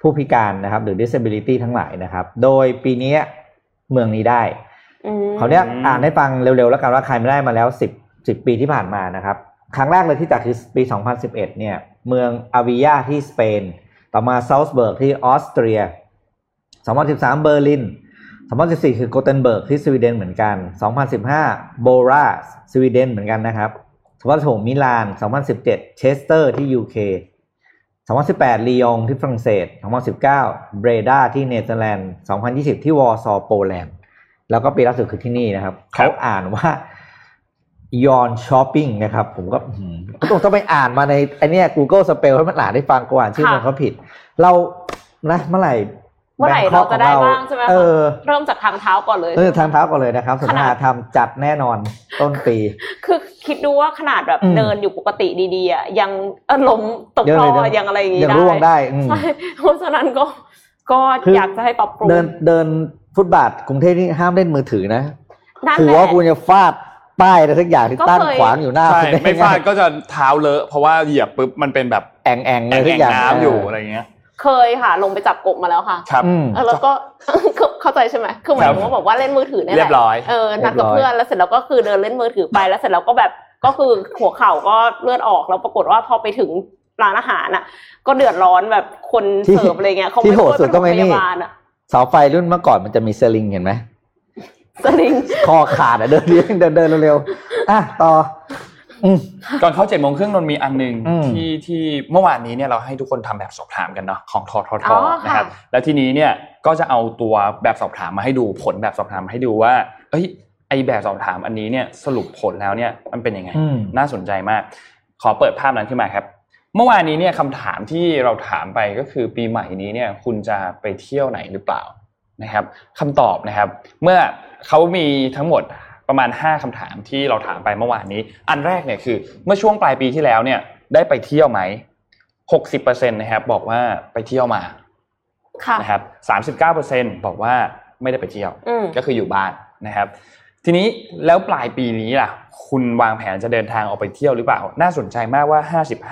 S4: ผู้พิการนะครับ หรือ disability ทั้งหลายนะครับ โดยปีนี้เมืองนี้ได้
S3: อืม
S4: เขาวเนี้ยอ่านให้ฟังเร็วๆ แล้วกันว่าใครไม่ได้มาแล้วสิบสิบปีที่ผ่านมานะครับ ครั้งแรกเลยที่จัดคือปี 2011 เนี่ย เมืองอาวิยาที่สเปน ต่อมาซาลซเบิร์กที่ออสเตรีย 2013 เบอร์ลิน 2014 คือโกเทนเบิร์กที่สวีเดนเหมือนกัน 2015 โบราสวีเดนเหมือนกันนะครับ 2016มิลาน 2017 เชสเตอร์ที่ UK 2018ลียงที่ฝรั่งเศส 2019 เบรดาที่เนเธอร์แลนด์ 2020 ที่วอร์ซอโปแลนด์ แล้วก็ปีล่าสุดคือที่นี่นะครับ
S2: ครั
S4: เขา
S2: บ
S4: อ่านว่า Yon Shopping นะครับ ผมก็อืมก็ต้องต้องไปอ่านมาในไอเนี้ย Google Spell ให้มันอ่านได้ฟังกูอ่านชื่อมันเขาผิด เรานะเมื่อไหร่
S3: เมื่อไหร่เราจะได้บ้างใช่ไหมคะ
S4: เออ
S3: เริ่มจากทางเท้าก่อนเลย
S4: เออทางเท้าก่อนเลยนะครับสนทนาธรรมจัดแน่นอนต้นปี
S3: คือคิดดูว่าขนาดแบบ
S4: อืม
S3: เดินอยู่ปกติดีๆอ่ะยังเอ่อล้มตก
S4: เดิน
S3: ร
S4: เลย
S3: อ
S4: เดิน
S3: ยังอะไรอย่างงี้
S4: ยังร่วงได้อืม
S3: ใช่ เพราะฉะนั้นก็ก็
S4: คืออ
S3: อยากจะให้ปรับปรุง
S4: เดินเดินฟุตบาทกรุงเทพนี่ห้ามเล่นมือถือนะ
S3: นั่น
S4: ถือ
S3: แหละ
S4: ว่าคุณจะฟาดป้ายอะไรสักอย่างที่
S3: ก็
S4: ตั้ง
S3: เคย
S4: ขวางอยู่หน้า
S2: ใช่
S4: คุณด้
S2: ไม่ฟาดก็จะเท้าเลอะ เพราะว่าเหยียบปุ๊บมันเป็นแบบ
S4: แองแอง
S2: แอง
S4: เลยทุกอย่าง
S2: น้ำอยู่อะไรเงี้ย
S3: เคยค่ะ ลงไปจับกบมาแล้วค่ะ
S2: ครับ
S4: อืม
S3: เออแล้วก็ เข้า เข้าใจใช่ไหมคือหมายถึงว่าบอกว่าเล่นมือถือเนี่ยแห
S2: เรีย
S3: ละ
S2: บร้อย
S3: เออนัดกับ
S4: เรียบร้อย
S3: เพื่อนแล้วเสร็จแล้วก็คือเดินเล่นมือถือไปแล้วเสร็จแล้วก็แบบก็คือหัวเข่าก็เลือดออกแล้วปรากฏว่าพอไปถึงร้านอาหารอ่ะ ก็เดือดร้อนแบบคนเสิร์ฟอะไรเงี้ยเขา
S4: ที่
S3: ไม่
S4: โห
S3: ช่
S4: ด
S3: วย
S4: สุด
S3: ป
S4: ก็
S3: ฐม
S4: ไม่
S3: พ
S4: นี่
S3: ยาบาลอ่ะ
S4: เสาไฟรุ่นเมื่อก่อนมันจะมีสลิงเห็นไหม
S3: สลิง
S4: คอขาดอะเดินเลี้ยงเดินเดินเร็วๆอ่ะต่อ อืม
S2: ก่อนเข้าเจ็ดโมงครึ่งนนท์มีอันหนึ่ง
S4: อืม
S2: ที่ที่เมื่อวานนี้เนี่ยเราให้ทุกคนทำแบบสอบถามกันเนาะของทอทอท
S3: อ๋อค่ะ
S2: นะครับแล้วทีนี้เนี่ยก็จะเอาตัวแบบสอบถามมาให้ดูผลแบบสอบถามมาให้ดูว่าเอ้ยไอแบบสอบถามอันนี้เนี่ยสรุปผลแล้วเนี่ยมันเป็นยังไง
S4: อืม
S2: น่าสนใจมาก ขอเปิดภาพนั้นขึ้นมาครับ เมื่อวานนี้เนี่ยคำถามที่เราถามไปก็คือปีใหม่นี้เนี่ยคุณจะไปเที่ยวไหนหรือเปล่านะครับคำตอบนะครับ เมื่อเขามีทั้งหมดประมาณ 5คำถามที่เราถามไปเมื่อวานนี้ อันแรกเนี่ยคือ เมื่อช่วงปลายปีที่แล้วเนี่ย ได้ไปเที่ยวไหม 60%นะครับบอกว่าไปเที่ยวมา
S3: ค่ะ
S2: นะครับ 39%บอกว่าไม่ได้ไปเที่ยว
S3: อืม
S2: ก็คืออยู่บ้านนะครับ ทีนี้แล้วปลายปีนี้ล่ะ คุณวางแผนจะเดินทางออกไปเที่ยวหรือเปล่า น่าสนใจมากว่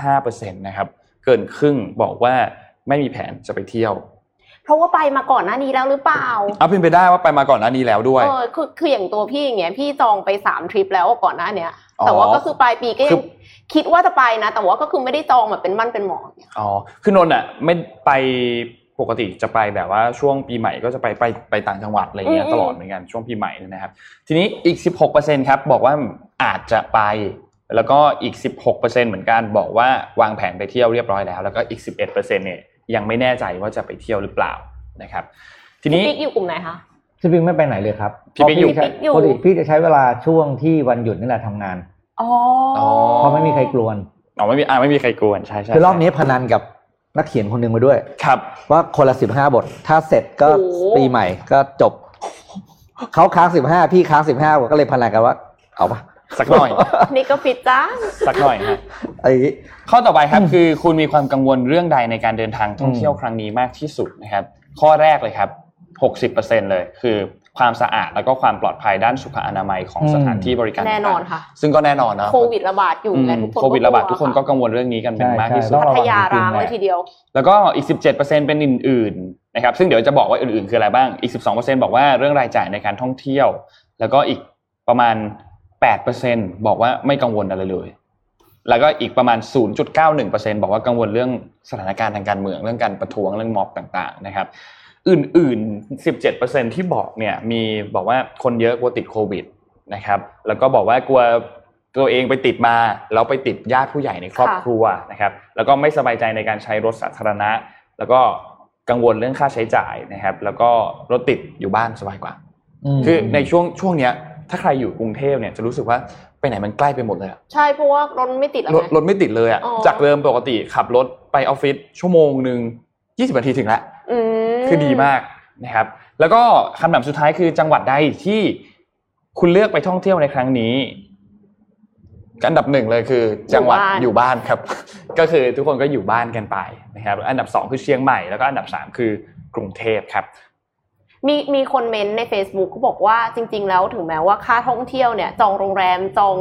S2: า 55%นะครับ เกินครึ่งบอกว่าไม่มีแผนจะไปเที่ยว
S3: เพราะว่าไปมาก่อนหน้านี้แล้วหรือเปล่า
S2: เอาเป็นไปได้ว่าไปมาก่อนหน้านี้แล้วด้วย
S3: เออ คือ คืออย่างตัวพี่อย่างเงี้ย พี่จองไปสามทริปแล้วก่อนหน้าเนี้ย
S2: อ๋อ
S3: แต่ว่าก็คือปลายปีก็
S2: คื
S3: ยั
S2: อ
S3: งคิดว่าจะไปนะ แต่ว่าก็คือไม่ได้จองแบบเป็นมั่นเป็นหมอนเนี่ย
S2: อ๋อ คือนนท์อ่ะไม่ไปปกติจะไปแบบว่าช่วงปีใหม่ก็จะไปไปไปต่างจังหวัดอะไรเงี้ยตลอดเหมือนกันช่วงปีใหม่เนี่ยนะครับ ทีนี้อีก 16%ครับบอกว่าอาจจะไป แล้วก็อีก 16%เหมือนกันบอกว่าวางแผนไปเที่ยวเรียบร้อยแล้ว แล้วก็อีก 11%เนี่ยยังไม่แน่ใจว่าจะไปเที่ยวหรือเปล่านะครับ ทีนี้
S3: พี่อยู่กลุ่มไหนคะ
S4: พี่ปิ๊กไม่ไปไหนเลยครับ
S2: พี่ปิ๊กอยู่
S4: เพราะ
S3: อยู่
S4: ปกติพี่จะใช้เวลาช่วงที่วันหยุดนี่แหละทำงาน
S3: อ๋อ
S4: เพราะไม่มีใครกลวน
S2: อ๋อไม่มีอ่าไม่มีใครกวนใช่ใช่
S4: คือรอบนี้พนันกับนักเขียนคนหนึ่งมาด้วย
S2: ครับ
S4: ว่าคนละสิบห้าบท ถ้าเสร็จก็ปีใหม่ก็จบ เขาค้างสิบห้าพี่ค้างสิบห้าบทก็เลยพนันกันว่า เอาปะ
S2: สักหน่อย
S3: นี่ก็ฟิตจ้า
S2: สักหน่อยฮะ
S4: ไอ้
S2: ข้อต่อไปครับคือคุณมีความกังวลเรื่องใดในการเดินทางท่องเที่ยว
S4: อืม
S2: ครั้งนี้มากที่สุดนะครับ ข้อแรกเลยครับ 60%เลยคือความสะอาดแล้วก็ความปลอดภัยด้านสุขอนามัยของสถานที่บริการ
S3: แน่นอนค่ะ
S2: ซึ่งก็แน่นอนเนอะ
S3: โควิดระบาดอยู่
S2: อืม
S3: ไงทุกคน
S2: โควิดระบาดทุกคนก็
S3: กลัว
S2: กังวลเรื่องนี้กันเป็นมากที่สุด
S4: ใช่ใช่
S3: พัทยาร้างเลยทีเดียว
S2: แล้วก็อีก 17%เป็นอื่นๆนะครับ ซึ่งเดี๋ยวจะบอกว่าอื่นๆ คืออะไรบ้าง อีก 12%บอกว่าเรื่องรายจ่ายในการท่องเที่ยว แล้วก็อีกประมาณ 8%บอกว่าไม่กังวลอะไรเลย แล้วก็อีกประมาณ 0.91%บอกว่ากังวลเรื่องสถานการณ์ทางการเมือง เรื่องการประท้วง เรื่องม็อบต่างๆ นะครับ อื่นๆ 17%ที่บอกเนี่ย มีบอกว่าคนเยอะกลัวติดโควิดนะครับ แล้วก็บอกว่ากลัวตัวเองไปติดมาแล้วไปติดญาติผู้ใหญ่ในครอบ
S3: ค่ะ
S2: ครัวนะครับ แล้วก็ไม่สบายใจในการใช้รถสาธารณะ แล้วก็กังวลเรื่องค่าใช้จ่ายนะครับ แล้วก็รถติดอยู่บ้านสบายกว่า คือในช่วงช่วงเนี้ย ถ้าใครอยู่กรุงเทพเนี่ยจะรู้สึกว่าไปไหนมันใกล้ไปหมดเลยอะ
S3: ใช่ เพราะว่ารถไม่ติดแล้ว
S2: รถ
S3: ไง
S2: รถไม่ติดเลยอ่ะ
S3: อ๋อ
S2: จากเดิมปกติขับรถไปออฟฟิศชั่วโมงหนึ่ง20 นาทีถึงแล้ว
S3: อืม
S2: คือดีมากนะครับ แล้วก็คำถามสุดท้ายคือจังหวัดใดที่คุณเลือกไปท่องเที่ยวในครั้งนี้อันดับหนึ่งเลยคือ จังหวัด
S3: อ
S2: อยู่ยู่
S3: บ้า
S2: บ้าน นครับ ก็คือทุกคนก็อยู่บ้านกันไปนะครับ อันดับสองคือเชียงใหม่แล้วก็อันดับสามคือกรุงเทพครับ
S3: มีมีคนเมนต์ใน Facebook ก็บอกว่าจริง ๆ แล้วถึงแม้ว่าค่าท่องเที่ยวเนี่ย จองโรงแรมจอง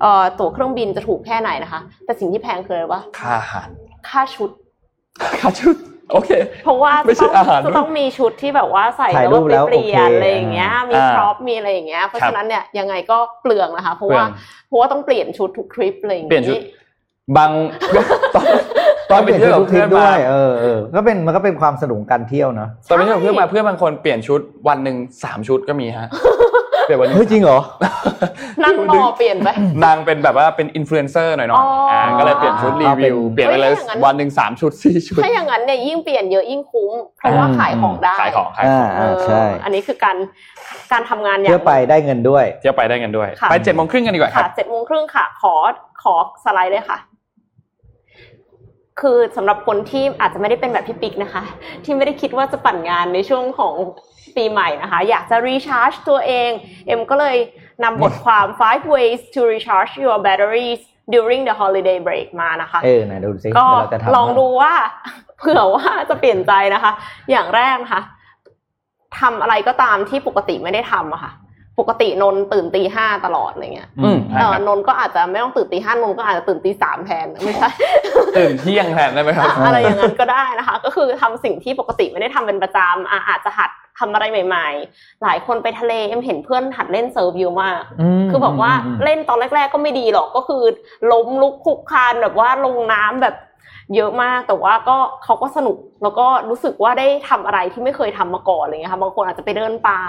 S3: เอ่อตั๋วเครื่องบินจะถูกแค่ไหนนะคะ แต่สิ่งที่แพงคืออะไรวะ
S2: ค่าอาหาร
S3: ค่าชุด
S2: ค่าชุด โอเค
S3: เพราะว่า
S2: ไม่ใช่
S3: จะ
S2: อา
S3: ต้อง
S2: หาร
S3: จะต้องมีชุดที่แบบว่าใส่
S4: ถ่าย
S3: แล้วก็ไป
S4: รูปแล้ว
S3: เปลี่ยน
S4: โอเค
S3: อะไรอย่างเงี้ยมี
S2: อ่า
S3: พร็อพมีอะไรอย่างเงี้ยเพราะ
S2: ครับ
S3: ฉะนั้นเนี่ยยังไงก็เปลืองนะคะ เพราะ
S2: เพื่อ
S3: ว่าน เพราะว่าต้องเปลี่ยนชุดทุกทริปอะไรอย่าง
S2: เปลี่ยนชุด
S3: งี้
S2: บาง ตอนตอนไปเที่ยวกับ
S4: ทุกทริ
S2: เพื่อน
S4: ปด้
S2: มา
S4: วยเออเออก็เป็นมันก็เป็นความสนุกการเที่ยวเนาะ
S2: ตอนไปเที่ยวกับเพื่อนมาเพื่อนบางคนเปลี่ยนชุดวันหนึ่งสามชุดก็มีฮะเปลี่ยนวันหนึ่ง
S4: เฮ้ยจริงเหรอ
S3: นั่งมอเปลี่ยนไป
S2: นางเป็นแบบว่าเป็นอินฟลูเอนเซอร์หน่อยๆ
S3: อ๋ออ่
S2: าก็เลยเปลี่ยนชุดรีวิว
S4: เอาเป็น
S2: เปลี่ยนไปเลยวันหนึ่งสามชุดสี่ชุด
S3: ถ้าอย่างนั้นเนี่ยยิ่งเปลี่ยนเยอะยิ่งคุ้มเพราะว่า
S4: อืม
S3: ขายของได้
S2: ขายของขายข
S4: อ่า
S2: อง
S3: เอ
S4: อ่า
S3: อ
S4: ใช่
S3: อันนี้คือการการทำงานอย่าง
S4: เที่ยวไปได้เงินด้วย
S2: เที่ยวไปได้กันด้วย
S3: ค่ะ
S2: ไปเจ็ดโมงครึ่งกันดีกว่าครั
S3: ค่ะ
S2: บ
S3: เจ็ดโมงครึ่งค่ะ ขอขอสไลด์เลยค่ะ คือสำหรับคนที่อาจจะไม่ได้เป็นแบบพี่ปิ๊กนะคะ ที่ไม่ได้คิดว่าจะปั่นงานในช่วงของปีใหม่นะคะ อยากจะรีชาร์จตัวเอง เอ็มก็เลยนำบทความ five ways to recharge your batteries during the holiday break มานะคะ
S4: เออไหนดูสิ
S3: ก็
S4: เดี๋ยวเราจะทำ
S3: ลองดูว่า เผื่อว่าจะเปลี่ยนใจนะคะ อย่างแรกนะคะทำอะไรก็ตามที่ปกติไม่ได้ทำอะค่ะ ปกตินนท์ตื่นตีห้าตลอดอะไรเงี้ย
S4: อื
S2: อื
S4: ม
S2: มใช่
S3: เอ
S2: ค
S3: อ
S2: รับ
S3: นนท์ก็อาจจะไม่ต้องตื่นตีห้านนท์ก็อาจจะตื่นตีสามแทนไม่ใช่
S2: ตื่นเที่ยงแทนได้ไหมครับ
S3: อะไรอย่างนั้นก็ได้นะคะ ก็คือทำสิ่งที่ปกติไม่ได้ทำเป็นประจำอ่ะอาจจะหัดทำอะไรใหม่ ๆ หลายคนไปทะเลเอ็มเห็นเพื่อนหัดเล่นเซิร์ฟเยอะมาก
S4: ม
S3: คือบอกว่า
S4: อืม
S3: เล่นตอนแรก ๆ ก็ไม่ดีหรอกก็คือล้มลุกคลุกคลานแบบว่าลงน้ำแบบเยอะมาก แต่ว่าก็เขาก็สนุกแล้วก็รู้สึกว่าได้ทำอะไรที่ไม่เคยทำมาก่อนอะไรเงี้ยค่ะบางคนอาจจะไปเดินป่า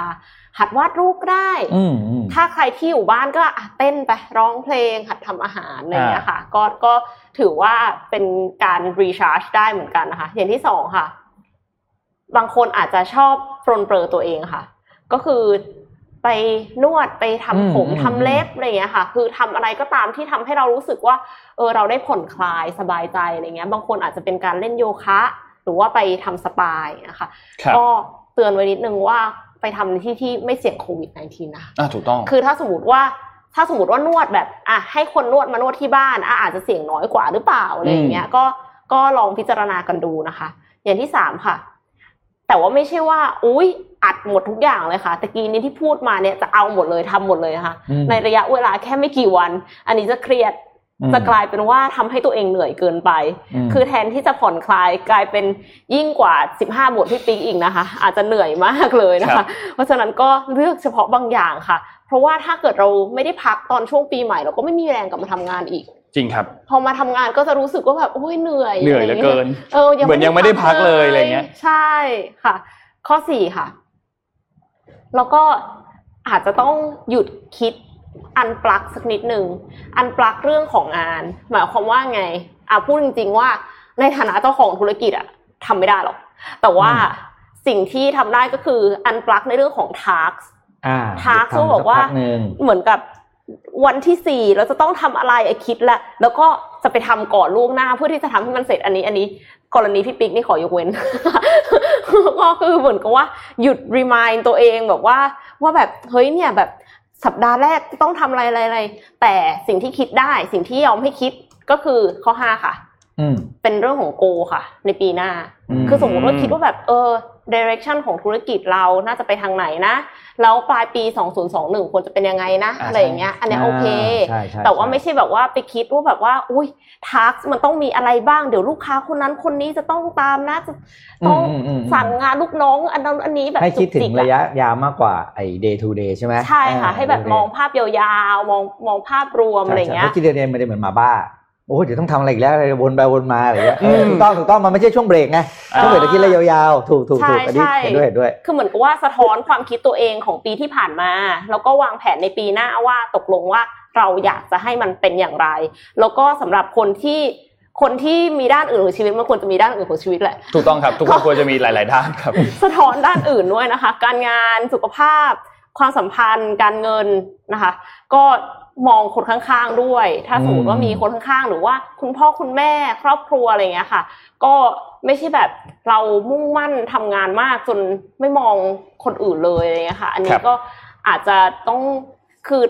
S3: หัดวาดรูปก็ได้
S4: อืมอืม
S3: ถ้าใครที่อยู่บ้านก็อ่ะเต้นไปร้องเพลง หัดทำอาหารอะไรอย่างเงี้ยค่ะก็ก็ถือว่าเป็นการรีชาร์จได้เหมือนกันนะคะ อย่างที่สองค่ะ บางคนอาจจะชอบปรนเปรอตัวเองค่ะ ก็คือไปนวดไปทำผม
S4: อืม
S3: ทำเล็บอะไรอย่างเงี้ยค่ะ คือทำอะไรก็ตามที่ทำให้เรารู้สึกว่า เออเราได้ผ่อนคลายสบายใจอะไรเงี้ย บางคนอาจจะเป็นการเล่นโยคะ หรือว่าไปทำสปาอย่างเงี้ยค่ะ
S2: ครับ
S3: ก็เตือนไว้นิดนึงว่าไปทำในที่ที่ไม่เสี่ยงโควิด -19 นะคะ
S2: อ่ะถูกต้อง
S3: คือถ้าสมมติว่าถ้าสมมติว่านวดแบบอ่ะให้คนนวดมานวดที่บ้านอ่ะอาจจะเสี่ยงน้อยกว่าหรือเปล่าอะไรอย่างเงี้ยก็ก็ลองพิจารณากันดูนะคะ อย่างที่สามค่ะ แต่ว่าไม่ใช่ว่า อุ้ยอัดหมดทุกอย่างเลยค่ะตะกี้นี้ที่พูดมาเนี่ยจะเอาหมดเลยทำหมดเลยนะคะ
S4: อืม
S3: ในระยะเวลาแค่ไม่กี่วัน อันนี้จะเครียด
S4: อืม
S3: จะกลายเป็นว่าทำให้ตัวเองเหนื่อยเกินไป
S4: ม
S3: คือแทนที่จะผ่อนคลายกลายเป็นยิ่งกว่า 15 บทพี่ปิ๊กอีกนะคะ อาจจะเหนื่อยมากเลยนะ
S2: ครั
S3: คะ
S2: บ
S3: เพราะฉะนั้นก็เลือกเฉพาะบางอย่างค่ะ เพราะว่าถ้าเกิดเราไม่ได้พักตอนช่วงปีใหม่ เราก็ไม่มีแรงกลับมาทำงานอีก
S2: จริงครับ
S3: พอมาทำงานก็จะรู้สึกว่าแบบโอ้ยเหนื่อย
S2: เหนื่อยเหลือเกิน
S3: เออ
S2: เหมือนยังไม่ได้พักเลยอะไรเงี้ย
S3: ใช่ค่ะ ข้อสี่ค่ะ แล้วก็อาจจะต้องหยุดคิดอันปลักสักนิดหนึ่งอันปลักเรื่องของงาน หมายความว่าไงอ่ะพูดจริง ๆ ว่าในฐานะเจ้าของธุรกิจอะทำไม่ได้หรอก แต่ว่าสิ่งที่ทำได้ก็คืออันปลักในเรื่องของ task
S4: อ่า
S3: ทัก
S4: ดี๋ย
S3: เขาบอกว่า
S4: ทำสัพัหนึ่ง
S3: เหมือนกับวันที่สี่เราจะต้องทำอะไรไอะคิดละแล้วก็จะไปทำก่อนล่วงหน้าเพื่อที่จะทำให้มันเสร็จอันนี้ อันนี้ กรณีพี่ปิ๊กนี่ขอยกเว้น ก็คือเหมือนกับว่าหยุดรีมายตัวเองแบบว่า ว่าแบบเฮ้ยเนี่ยแบบสัปดาห์แรกต้องทำอะไรอะไรอะไรแต่สิ่งที่คิดได้ สิ่งที่ยอมให้คิดก็คือข้อห้าค่ะ
S4: อืม
S3: เป็นเรื่องของโกค่ะ ในปีหน้า
S4: อืม
S3: คือสมมติว่าคิดว่าแบบเออ direction ของธุรกิจเราน่าจะไปทางไหนนะ แล้วปลายปี 2021 ควรจะเป็นยังไงนะ
S2: อ่า
S3: อะไรอย่างเงี้ย อันเนี้ยโอเค
S4: ใช่ใช่
S3: แต่ว่าไม่
S4: ใช่
S3: ใช่แบบว่าไปคิดว่าแบบว่า อุ้ยทักมันต้องมีอะไรบ้างเดี๋ยวลูกค้าคนนั้นคนนี้จะต้องตามนะจะต้อง
S4: มมม
S3: สั่งงานลูกน้องอันนั้นอันนี้แบบ
S4: ให้คิดถึ
S3: จุก
S4: ง
S3: จิกอ
S4: ระยะยาวมากกว่าไอ้ day to day ใช่ไหม
S3: ใช่ค่ะ
S4: า
S3: ให้แบบ
S4: day to
S3: ม
S4: day
S3: องภาพยาวๆ มองมองภาพรวมอะไรอย่างเงี้ย
S4: ใช่ใช่พาะกินเดือนมันจะเหมือนหมาบ้าโอ้ยเดี๋ยวต้องทำอะไรอีกแล้วอะไรวนไปวนมาอะไรอย่างเงี้ย
S2: อืม
S4: ถูกต้องถูกต้องมันไม่ใช่ช่วงเบรกไงช่วงเบรกจะคิดอะไรยาวๆถูกถูกถูกอันนี้
S3: ใช่ใช่
S4: เห็นด้วยเห็นด้วย
S3: คือเหมือนกับว่าสะท้อนความคิดตัวเองของปีที่ผ่านมา แล้วก็วางแผนในปีหน้าว่าตกลงว่าเราอยากจะให้มันเป็นอย่างไร แล้วก็สำหรับคนที่คนที่มีด้านอื่นของชีวิตมันควรจะมีด้านอื่นของชีวิตแหละ
S2: ถูกต้องครับ ทุกคนควรจะมีหลาย ๆ ด้านครับ
S3: สะท้อนด้านอื่นด้วยนะคะ การงานสุขภาพ ความสัมพันธ์ การเงินนะคะ ก็ มองคนข้างๆด้วย ถ้าสมมติว่ามีคนข้างๆ หรือว่าคุณพ่อคุณแม่ครอบครัวอะไรอย่างเงี้ยค่ะ ก็ไม่ใช่แบบเรามุ่งมั่นทำงานมากจนไม่มองคนอื่นเลยอะไรเงี้ยค่ะ อัน
S2: ค
S3: นี้
S2: รับ
S3: ก็อาจจะต้องคือ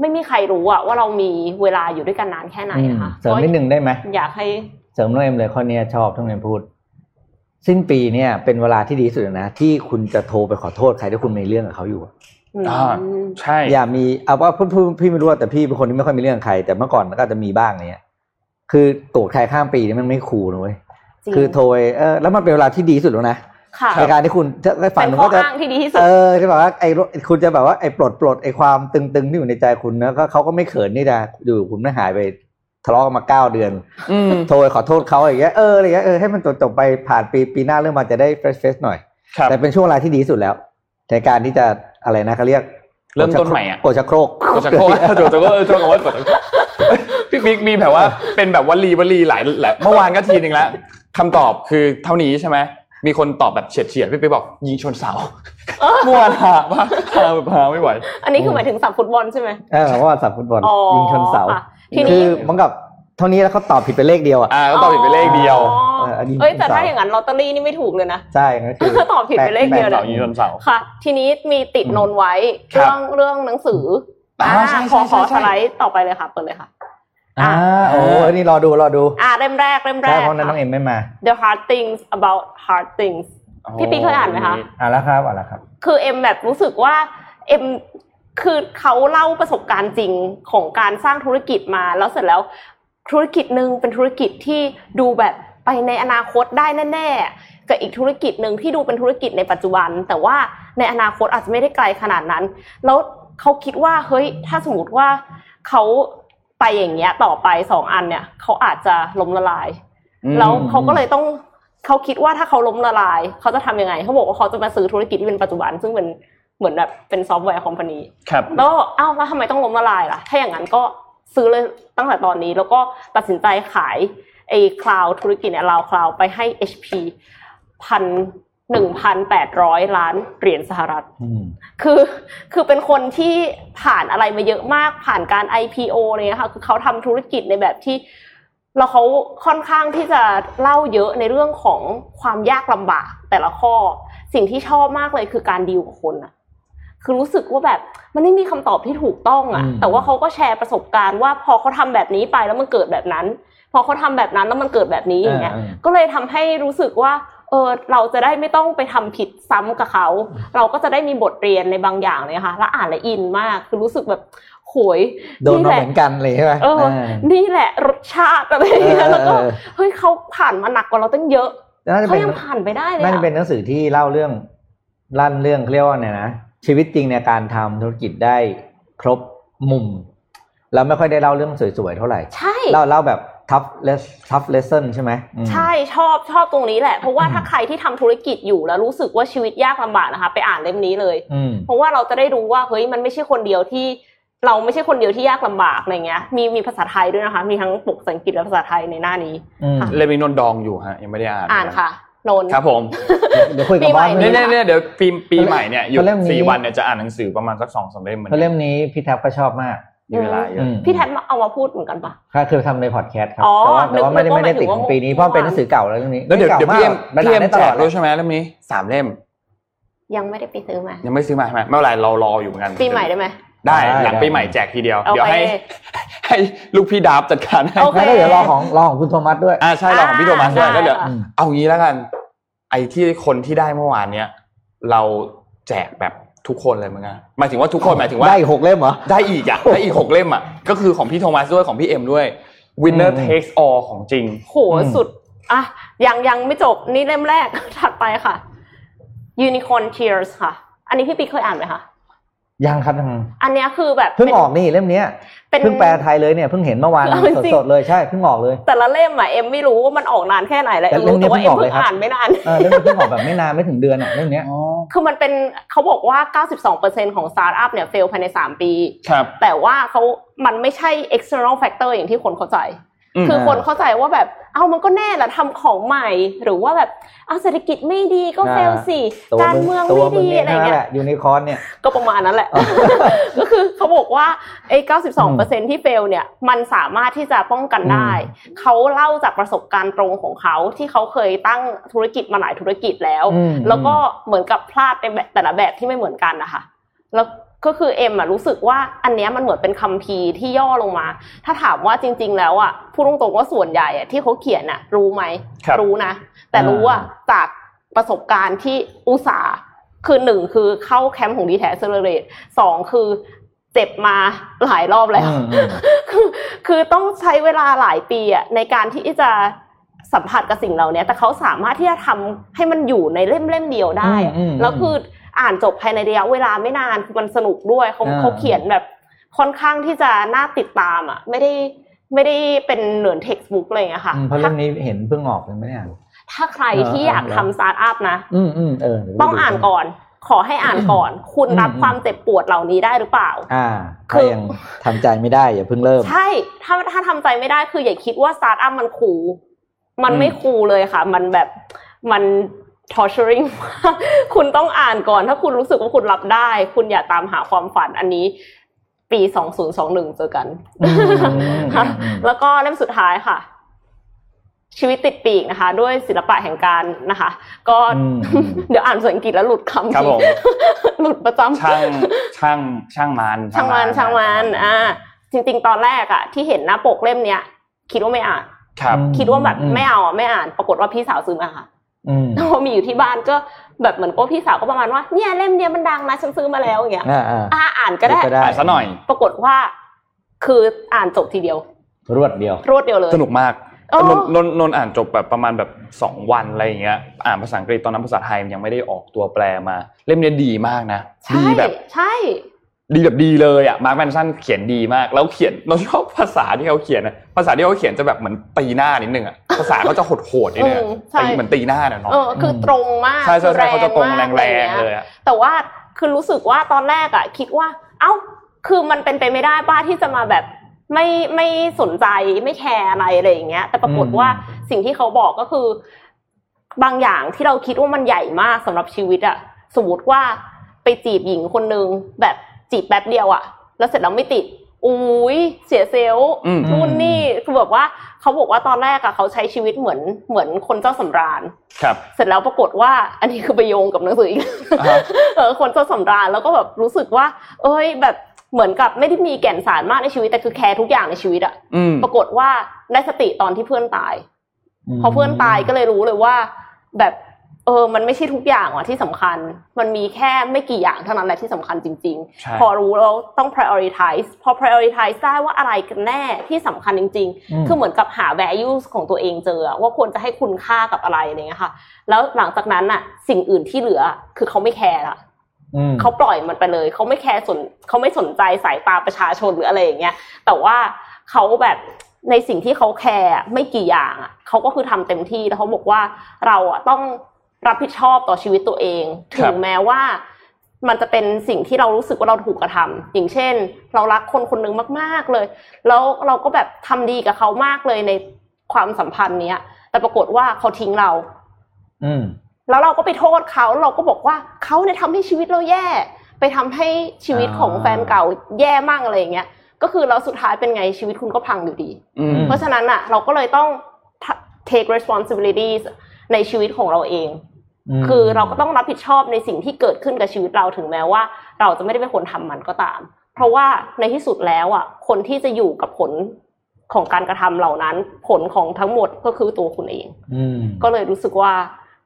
S3: ไม่มีใครรู้อะว่าเรามีเวลาอยู่ด้วยกันนานแค่ไหน
S4: อืม
S3: ค่ะ
S4: เสริมนิดนึงได้ไหม
S3: อยากให้
S4: เสริมน้องเอ็มเลยข้อเนี้ยชอบทุกเอ็มพูด สิ้นปีเนี่ยเป็นเวลาที่ดีที่สุดเลยนะ ที่คุณจะโทรไปขอโทษใครที่คุณมีเรื่องกับเขาอยู่อะ
S3: อืม
S2: อ่า ใช่
S4: อย่ามีเอาว่าพี่พี่ไม่รู้อะแต่พี่เป็นคนที่ไม่ค่อยมีเรื่องกับใคร แต่เมื่อก่อนมันก็อาจจะมีบ้างอะไรเนี่ยคือโกรธใครข้ามปีนี่มันไม่คูลนะเว้ย
S3: จริง
S4: คือโทรไปเออแล้วมันเป็นเวลาที่ดีที่สุดแล้วนะ
S3: ค่ะ
S4: ในการที่คุณถ้าถ้าฝั่ง
S3: เป็น
S4: นึง
S3: ข้อ
S4: ก็จะ
S3: อ้างที่ดีที่สุด
S4: เออจะบอกว่าไอ้รถคุณจะแบบว่าไอ้ปลดปลดไอ้ความตึงๆที่อยู่ในใจคุณนะก็เขาก็ไม่เขินนี่นะอยู่คุณไม่หายไปทะเลาะกันมาเก้าเดือน
S2: อืม
S4: โทรไปขอโทษเขาอย่างเงี้ยเอออะไรเงี้ยเออให้มันจบจบๆไปผ่านปีปีหน้าเรื่องมาจะได้เฟรชเฟสหน่อย
S2: ครับ
S4: แต่เป็นช่วงเวลาที่ดีที่สุดแล้ว ในการที่จะอะไรนะเขาเรียก
S2: เริ่มต้นใหม่อะ
S4: โกดชักโครก
S2: กดชักโครกก ดชักโครกเออตรงกับว่ากดชักโครกพี่บิ๊กมีแบบว่า เป็นแบบวลีวลีหลายหลายเมื่อวานก็ทีหนึ่งแล้วคำตอบคือเท่านี้ใช่ไหมมีคนตอบแบบเฉียดเฉียดๆพี่บิ๊กบอกยิงชนเสา เมื่อวานหาว่าหาแบบหาไม่ไหว
S3: อันนี้คือหมายถึงสับฟุตบอลใช่ไหม
S4: เออเพราะว่าสับฟุตบอล
S3: อ๋อ
S4: ยิงชนเสา
S3: ค่ะทีนี้
S4: คือเหมันกับเท่านี้แล้วเขาตอบผิดไปเลขเดียวอ่ะ
S2: อ่าก็ตอบผิดไปเลขเดียว
S3: อ๋อ
S4: เอออันนี้
S3: เอ้ยแต่
S4: สาว
S3: ถ้าอย่างนั้นลอตเตอรี่นี่ไม่ถูกเลยนะ
S4: ใช่ก็คือ
S3: ตอบผิดไปเลขเดียว
S2: เสายิงชนเสา
S3: ค่ะ ทีนี้มีติดนนไว้
S2: ครั
S3: เรื่
S2: บ
S3: องเรื่องหนังสือ
S2: อ่า
S3: อ่า
S2: ใช่ใช่
S3: ขอขอ
S2: ใช่ใช่
S3: สไลด์ต่อไปเลยค่ะ เปิดเลยค่ะ
S4: อ่าโอ้ยนี่รอดูรอดู
S3: อ่าเล่มแรกเล่มแร
S4: ใช่
S3: ก
S4: เพราะนั้นน้อง
S3: ค่ะ
S4: เอ็มไม่มา
S3: The Hard Things About Hard Things พี่ปิ๊กเคยอ่านไหมคะ
S4: อ่ะแล้วครับอ่ะแล้วครับ
S3: คือเอ็มแบบรู้สึกว่าเอ็มคือเขาเล่าประสบการณ์จริงของการสร้างธุรกิจมา แล้วเสร็จแล้วธุรกิจหนึ่งเป็นธุรกิจที่ดูแบบไปในอนาคตได้แน่ๆกับอีกธุรกิจหนึ่งที่ดูเป็นธุรกิจในปัจจุบัน แต่ว่าในอนาคตอาจจะไม่ได้ไกลขนาดนั้น แล้วเขาคิดว่าเฮ้ยถ้าสมมติว่าเขาไปอย่างเงี้ยต่อไปสองอันเนี่ยเขาอาจจะล้มละลาย
S2: อืม
S3: แล้วเขาก็เลยต้องเขาคิดว่าถ้าเขาล้มละลาย เขาจะทำยังไง เขาบอกว่าเขาจะมาซื้อธุรกิจที่เป็นปัจจุบัน ซึ่งเป็นเหมือนแบบเป็นซอฟต์แวร์คอมพานี
S2: ครับ
S3: แล้วเอ้าแล้วทำไมต้องล้มละลายล่ะ ถ้าอย่างนั้นก็ซื้อเลยตั้งแต่ตอนนี้ แล้วก็ตัดสินใจขายไอ้คลาวธุรกิจเนี่ยลาวคลาวไปให้ HP พันหนึ่งพันแปดร้อยล้านเหรียญสหรัฐ
S4: อืม
S3: คือคือเป็นคนที่ผ่านอะไรมาเยอะมากผ่านการ IPO อะไรเนี่ยค่ะคือเขาทำธุรกิจในแบบที่เราเขาค่อนข้างที่จะเล่าเยอะในเรื่องของความยากลำบากแต่ละข้อ สิ่งที่ชอบมากเลยคือการดีลกับคนอะคือรู้สึกว่าแบบมันไม่มีคำตอบที่ถูกต้องอะ
S4: อืม
S3: แต่ว่าเขาก็แชร์ประสบการณ์ว่าพอเขาทำแบบนี้ไปแล้วมันเกิดแบบนั้น พอเขาทำแบบนั้นแล้วมันเกิดแบบนี้อย่างเงี้ย
S4: อ่า
S3: ก็เลยทำให้รู้สึกว่า เออเราจะได้ไม่ต้องไปทำผิดซ้ำกับเขา เราก็จะได้มีบทเรียนในบางอย่างเลยค่ะ และอ่านและอินมาก คือรู้สึกแบบโหย
S4: โดน
S3: นี่แห
S4: มาเห
S3: ละ
S4: มือนกันเลยใช่ไหม
S3: เออ
S4: า
S3: นี่แหละรสชาติอะไรอย่างเงี้ยแล้วก็เฮ้ยเขาผ่านมาหนักกว่าเราตั้งเยอะ
S4: เออน่าจะ
S3: เขา
S4: เป็น
S3: ยังผ่านไปได้เลย
S4: น่าจะ
S3: อะ
S4: เป็นหนังสือที่เล่าเรื่องลั่นเรื่องเขาเรียกว่าเนี่ยนะชีวิตจริงในการทำธุรกิจได้ครบมุม แล้วไม่ค่อยได้เล่าเรื่องสวยๆเท่าไหร่
S3: ใช่
S4: เล่าเล่าแบบทัฟเลสทัฟเลสเซนใช่ไหมอืม
S3: ใช่ชอบชอบตรงนี้แหละ เพราะว่า
S4: อืม
S3: ถ้าใครที่ทำธุรกิจอยู่แล้วรู้สึกว่าชีวิตยากลำบากนะคะ ไปอ่านเล่มนี้เลย
S4: อืม
S3: เพราะว่าเราจะได้รู้ว่าเฮ้ยมันไม่ใช่คนเดียวที่เราไม่ใช่คนเดียวที่ยากลำบากอะไรเงี้ย มีมีภาษาไทยด้วยนะคะ มีทั้งปกภาษาอังกฤษและภาษาไทยในหน้านี้
S4: อืม
S2: เล่มนี้นนท์ดองอยู่ฮะยังไม่ได้อ่าน
S3: อ่านค่ะนนท์
S2: ครับ ผม
S4: เดี๋ยวคุยกับ
S3: ปีให
S4: บ
S3: ม่
S4: อส
S2: เนี่ย
S4: เล
S2: เนี่ย ยเนี่ยเดี๋ยวปีปีใหม่เนี่ยอยู่
S4: เขาเล่มนี้
S2: สี่วันเนี่ยจะอ่านหนังสือประมาณสักสองสามเล่มเหมือน
S4: เพราะ
S2: กัน
S4: เล่มนี้พี่แท็บก็ชอบมาก
S2: มีเวลาเยอะ
S4: อืม
S3: พี่แทบเอามาพูดเหมือนกันปะ
S4: ก็คือทำในพอดแคสต์ครับ
S3: อ๋อ
S4: แต่ว่าแต่ว่าไม่
S3: นึ
S4: ได้
S3: กว่า
S4: ไม่ได้ติด
S3: หมายถึง
S4: ของ
S3: ว่า
S4: ปีนี้เพราะ
S3: เมื่อวาน
S4: เป็นหนังสือเก่าแล้วเรื่องนี้
S2: แล้วเดี๋ยว
S4: ก่า
S2: เดี๋ยวพี่เอ็ม
S4: าก
S2: พี่เอ็ม
S4: บรรดาได้ต
S2: แจ
S4: ลอก ดเล
S2: ด้วย ยใช่ไหมเล่มนี้สามเล่ม
S3: ยังไม่ได้ไปซื้อมา
S2: ยังไม่ซื้อมาใช่ไหมไม่เป็นไรเรารออยู่เหมือนกัน
S3: ปีใหม่ได้ไหม
S2: ได้
S4: ได้
S2: หลัง
S4: ได้
S2: ปีใหม่แจกทีเดียว
S3: โอเค
S2: เดี๋ยวให้ ให้ลูกพี่ดาบจัดการให้
S3: โอ
S4: แล้วก็เดี๋ยวรอของรอของคุณโทมัสด้วย
S2: อ่าใช่รอของพี่โทมัสด้วย
S3: ได้
S2: ก็เดี๋ยว
S4: อืม
S2: เอางี้แล้วกัน ไอ้ที่คนที่ได้เมื่อวานเนี้ยเราแจกแบบทุกคนเลยมั้งอะหมายถึงว่าทุกคนหมายถึงว่า
S4: ได้อีกหกเล่มเหรอ
S2: ได้อีกอ่ะได้อีกหกเล่มอ่ะ ก็คือของพี่โทมัสด้วยของพี่เอ็มด้วย winner
S4: อืม
S2: takes all ของจริง
S3: โหสุดอ่ะยังยังไม่จบนี่เล่มแรก ถัดไปค่ะ Unicorn Tears ค่ะ อันนี้พี่ปีเคยอ่านไหมคะ
S4: ยังครับยัง
S3: อันเนี้ยคือแบบ
S4: เพิ่งออกนี่เล่มเนี้ย
S3: เป็น
S4: เพิ่งแปลไทยเลยเนี่ยเพิ่งเห็นเมื่อวาน
S3: เอาจริง
S4: สดๆเลยใช่เพิ่งออกเลย
S3: แต่ละเล่มอะเอ็มไม่รู้ว่ามันออกนานแค่ไหนแล้วเอ็มรู้แต่ว่าเอ็มเพิ่งอ่านไม่นาน
S4: เออเล่มนี้เพิ่งออกแบบไม่นานไม่ถึงเดือนอ่ะเล่มเนี้ย
S3: คือมันเป็นเขาบอกว่า 92%ของสตาร์ทอัพเนี่ยเฟลภายใน 3 ปี
S2: ครับ
S3: แต่ว่าเขามันไม่ใช่ external factor อย่างที่คนเข้าใจ
S2: อืม
S3: คือคนเข้าใจว่าแบบเอามันก็แน่แหละทำของใหม่ หรือว่าแบบเอาเศรษฐกิจไม่ดีก็
S4: อ่า
S3: เฟลสิ
S4: ตัว
S3: การ
S4: มึง
S3: เมือง
S4: ตัว
S3: ไม่
S4: มึง
S3: ดี
S4: เนี่ย
S3: อะไร
S4: นั่น
S3: เงี้ย
S4: แหละยูนิคอร์นเนี่ย
S3: ก็ประมาณนั้นแหละ
S4: อ๋อ
S3: ก็คือเขาบอกว่าไอ้ 92
S4: ม
S3: เปอร์เซ็นที่เฟลเนี่ย มันสามารถที่จะป้องกันได้ เขาเล่าจากประสบการณ์ตรงของเขาที่เขาเคยตั้งธุรกิจมาหลายธุรกิจแล้ว
S4: อืม
S3: แล้วก็เหมือนกับพลาดในแบบแต่ละแบบที่ไม่เหมือนกันนะคะ แล้วก็คือเอ็มอะรู้สึกว่าอันเนี้ยมันเหมือนเป็นคัมภีร์ที่ย่อลงมา ถ้าถามว่าจริง ๆ แล้วอะพูดตรงๆว่าส่วนใหญ่อะที่เขาเขียนอะรู้ไหม
S2: ครับ
S3: รู้นะ แต่รู้ว่าจากประสบการณ์ที่อุตสาห์คือหนึ่งคือเข้าแคมป์ของดีแทสเซอร์เรตสองคือเจ็บมาหลายรอบแล้ว
S4: อืมอืม
S3: คือคือต้องใช้เวลาหลายปีอะในการที่จะสัมผัสกับสิ่งเหล่านี้แต่เขาสามารถที่จะทำให้มันอยู่ในเล่มเล่มๆเดียวได้อะ
S4: อืมอืม
S3: แล้วคืออ่านจบภายในระยะเวลาไม่นานคือมันสนุกด้วยเขา
S4: อ่า
S3: เขาเขียนแบบค่อนข้างที่จะน่าติดตามอะไม่ได้ไม่ได้เป็นเหมือนเท็กซ์บุ๊กเลยอะค่ะ
S4: อืมเพราะ
S3: ถ้า
S4: เรื่องนี้เห็นเพิ่งออกยังไม่ได้อ่าน
S3: ถ้าใครที่
S4: เอ
S3: อ
S4: ออ
S3: ยากทำสตาร์ทอัพนะ
S4: อืมอืมเออเดี๋ยวไป
S3: ต้อง
S4: ดู
S3: อ่านก่อน ขอให้อ่านก่อน คุณรับ
S4: อืม
S3: ความเจ็บปวดเหล่านี้ได้หรือเปล่า
S4: อ่า
S3: คื
S4: ถ้า
S3: อ
S4: ยังทำใจไม่ได้อย่าเพิ่งเริ่ม
S3: ใช่ ถ้าถ้าทำใจไม่ได้คืออย่าคิดว่าสตาร์ทอัพมันคูลมัน
S2: อืม
S3: ไม่คูลเลยค่ะ มันแบบมัน torturing มากคุณต้องอ่านก่อน ถ้าคุณรู้สึกว่าคุณรับได้ คุณอย่าตามหาความฝันอันนี้ ปี 2021 เจอกัน
S4: อืมอืมอืม
S3: แล้วก็เล่มสุดท้ายค่ะ ชีวิตติดปีกนะคะ ด้วยศิลปะแห่งการนะคะ ก็
S4: อืม
S3: เดี๋ยวอ่านภาษาอังกฤษแล้วหลุดคำ
S2: ครับ
S3: ที
S2: ผม
S3: หลุดประจำ
S2: ช่างช่างช่างมัน
S3: ช่างมันช่างมันอ่าจริงๆ ตอนแรกอะที่เห็นหน้าปกเล่มเนี้ย คิดว่าไม่อ่าน
S2: ครับ
S4: อืม
S3: คิดว่าแบบ
S4: อืม
S3: ไม่เอาอะไม่อ่าน ปรากฏว่าพี่สาวซื้อมาค่ะ
S4: อืม
S3: เพราะมีอยู่ที่บ้านก็แบบเหมือนโอ้พี่สาวก็ประมาณว่าเนี่ยเล่มเนี้ยมันดังนะฉันซื้อมาแล้วอย่างเงี้ย
S4: อ่าอ่า
S3: อ่าอ่านก็ได้
S4: เยว
S2: อ่านซะหน่อย
S3: ปรากฏว่า คืออ่านจบทีเดียว
S4: รวดเดียว
S3: รวดเดียวเลย
S2: สนุกมาก
S3: โอ้
S2: นนนนนนอ่านจบแบบประมาณแบบสองวันอะไรอย่างเงี้ย อ่านภาษาอังกฤษตอนนั้นภาษาไทยมันยังไม่ได้ออกตัวแปลมา เล่มเนี้ยดีมากนะ
S3: ใช่
S2: ดีแบบ
S3: ใช่
S2: ดีแบบดีเลยอ่ะ มาร์คแมนสันเขียนดีมาก แล้วเขียนเราชอบภาษาที่เขาเขียนนะภาษาที่เขาเขียนจะแบบเหมือนตีหน้านิดนึงอ่ะ ภาษาเขาจะโหดๆนิดนึงอะตีเหมือนตีหน้าน่ะเนาะ
S3: เออคือตรงมาก
S2: ใช่ใช่ใช่เขาจะตรง
S3: มกอะ
S2: แร
S3: ไอง
S2: ๆ
S3: ย่าย
S2: เลยอ่ะ
S3: แต่ว่าคือรู้สึกว่าตอนแรกอะคิดว่า เอ้า คือมันเป็นไปไม่ได้ป้าที่จะมาแบบไม่ไม่สนใจไม่แคร์อะไรอะไรอย่างเงี้ย แต่ปรากฏ
S4: อืม
S3: ว่าสิ่งที่เขาบอกก็คือ บางอย่างที่เราคิดว่ามันใหญ่มากสำหรับชีวิตอะสมมติว่าไปจีบหญิงคนนึงแบบจีบแป๊บเดียวอะแล้วเสร็จแล้วไม่ติดอุ้ยเสียเซลล์
S2: อืม
S3: นู่นนี่คือแบบว่าเขาบอกว่าตอนแรกอะเขาใช้ชีวิตเหมือนเหมือนคนเจ้าสำราญ
S2: ครับ
S3: เสร็จแล้วปรากฏว่าอันนี้คือไปโยงกับหนังสืออีก
S2: อ่าฮะ
S3: เออคนเจ้าสำราญแล้วก็แบบรู้สึกว่า เอ้ยแบบเหมือนกับไม่ได้มีแก่นสารมากในชีวิตแต่คือแคร์ทุกอย่างในชีวิตอะ
S2: อืม
S3: ปรากฏว่าได้สติตอนที่เพื่อนตาย พอเพื่อนตายก็เลยรู้เลยว่า แบบเออมันไม่ใช่ทุกอย่างว่ะที่สำคัญ มันมีแค่ไม่กี่อย่างเท่านั้นแหละที่สำคัญจริง
S2: ใช่
S3: ๆ พอรู้แล้วต้อง prioritize พอ prioritize ได้ว่าอะไรกันแน่ที่สำคัญจริง ๆ
S4: ม
S3: คือเหมือนกับหา values ของตัวเองเจออะว่าควรจะให้คุณค่ากับอะไรอะไรเงี้ยค่ะ แล้วหลังจากนั้นอะสิ่งอื่นที่เหลือคือเขาไม่แคร์ละ
S4: อืม
S3: เขาปล่อยมันไปเลยเขาไม่แคร์สนเขาไม่สนใจสายตาประชาชนหรืออะไรอย่างเงี้ยแต่ว่าเขาแบบในสิ่งที่เขาแคร์อะไม่กี่อย่างอะเขาก็คือทำเต็มที่แล้วเขาบอกว่าเราอะต้องรับผิดชอบต่อชีวิตตัวเอง
S2: ครั
S3: ถึ
S2: บ
S3: งแม้ว่า มันจะเป็นสิ่งที่เรารู้สึกว่าเราถูกกระทำอย่างเช่น เรารักคนคนหนึงมาก ๆเลย แล้วเราก็แบบทำดีกับเขามากเลยในความสัมพันธ์เนี้ย แต่ปรากฏว่าเขาทิ้งเรา
S4: อืม
S3: แล้วเราก็ไปโทษเขาเราก็บอกว่าเขาเนี่ยทำให้ชีวิตเราแย่ ไปทำให้ชีวิตของ
S4: อ่า
S3: แฟนเก่าแย่มากอะไรอย่างเงี้ย ก็คือเราสุดท้ายเป็นไงชีวิตคุณก็พังอยู่ดี
S2: อืม
S3: เพราะฉะนั้นอ่ะเราก็เลยต้อง ta- take responsibilities ในชีวิตของเราเอง
S4: ม
S3: คือเราก็ต้องรับผิดชอบในสิ่งที่เกิดขึ้นกับชีวิตเราถึงแม้ว่า เราจะไม่ได้เป็นคนทำมันก็ตาม เพราะว่าในที่สุดแล้วอ่ะคนที่จะอยู่กับผลของการกระทำเหล่านั้น ผลของทั้งหมดก็คือตัวคุณเอง
S4: อืม
S3: ก็เลยรู้สึกว่า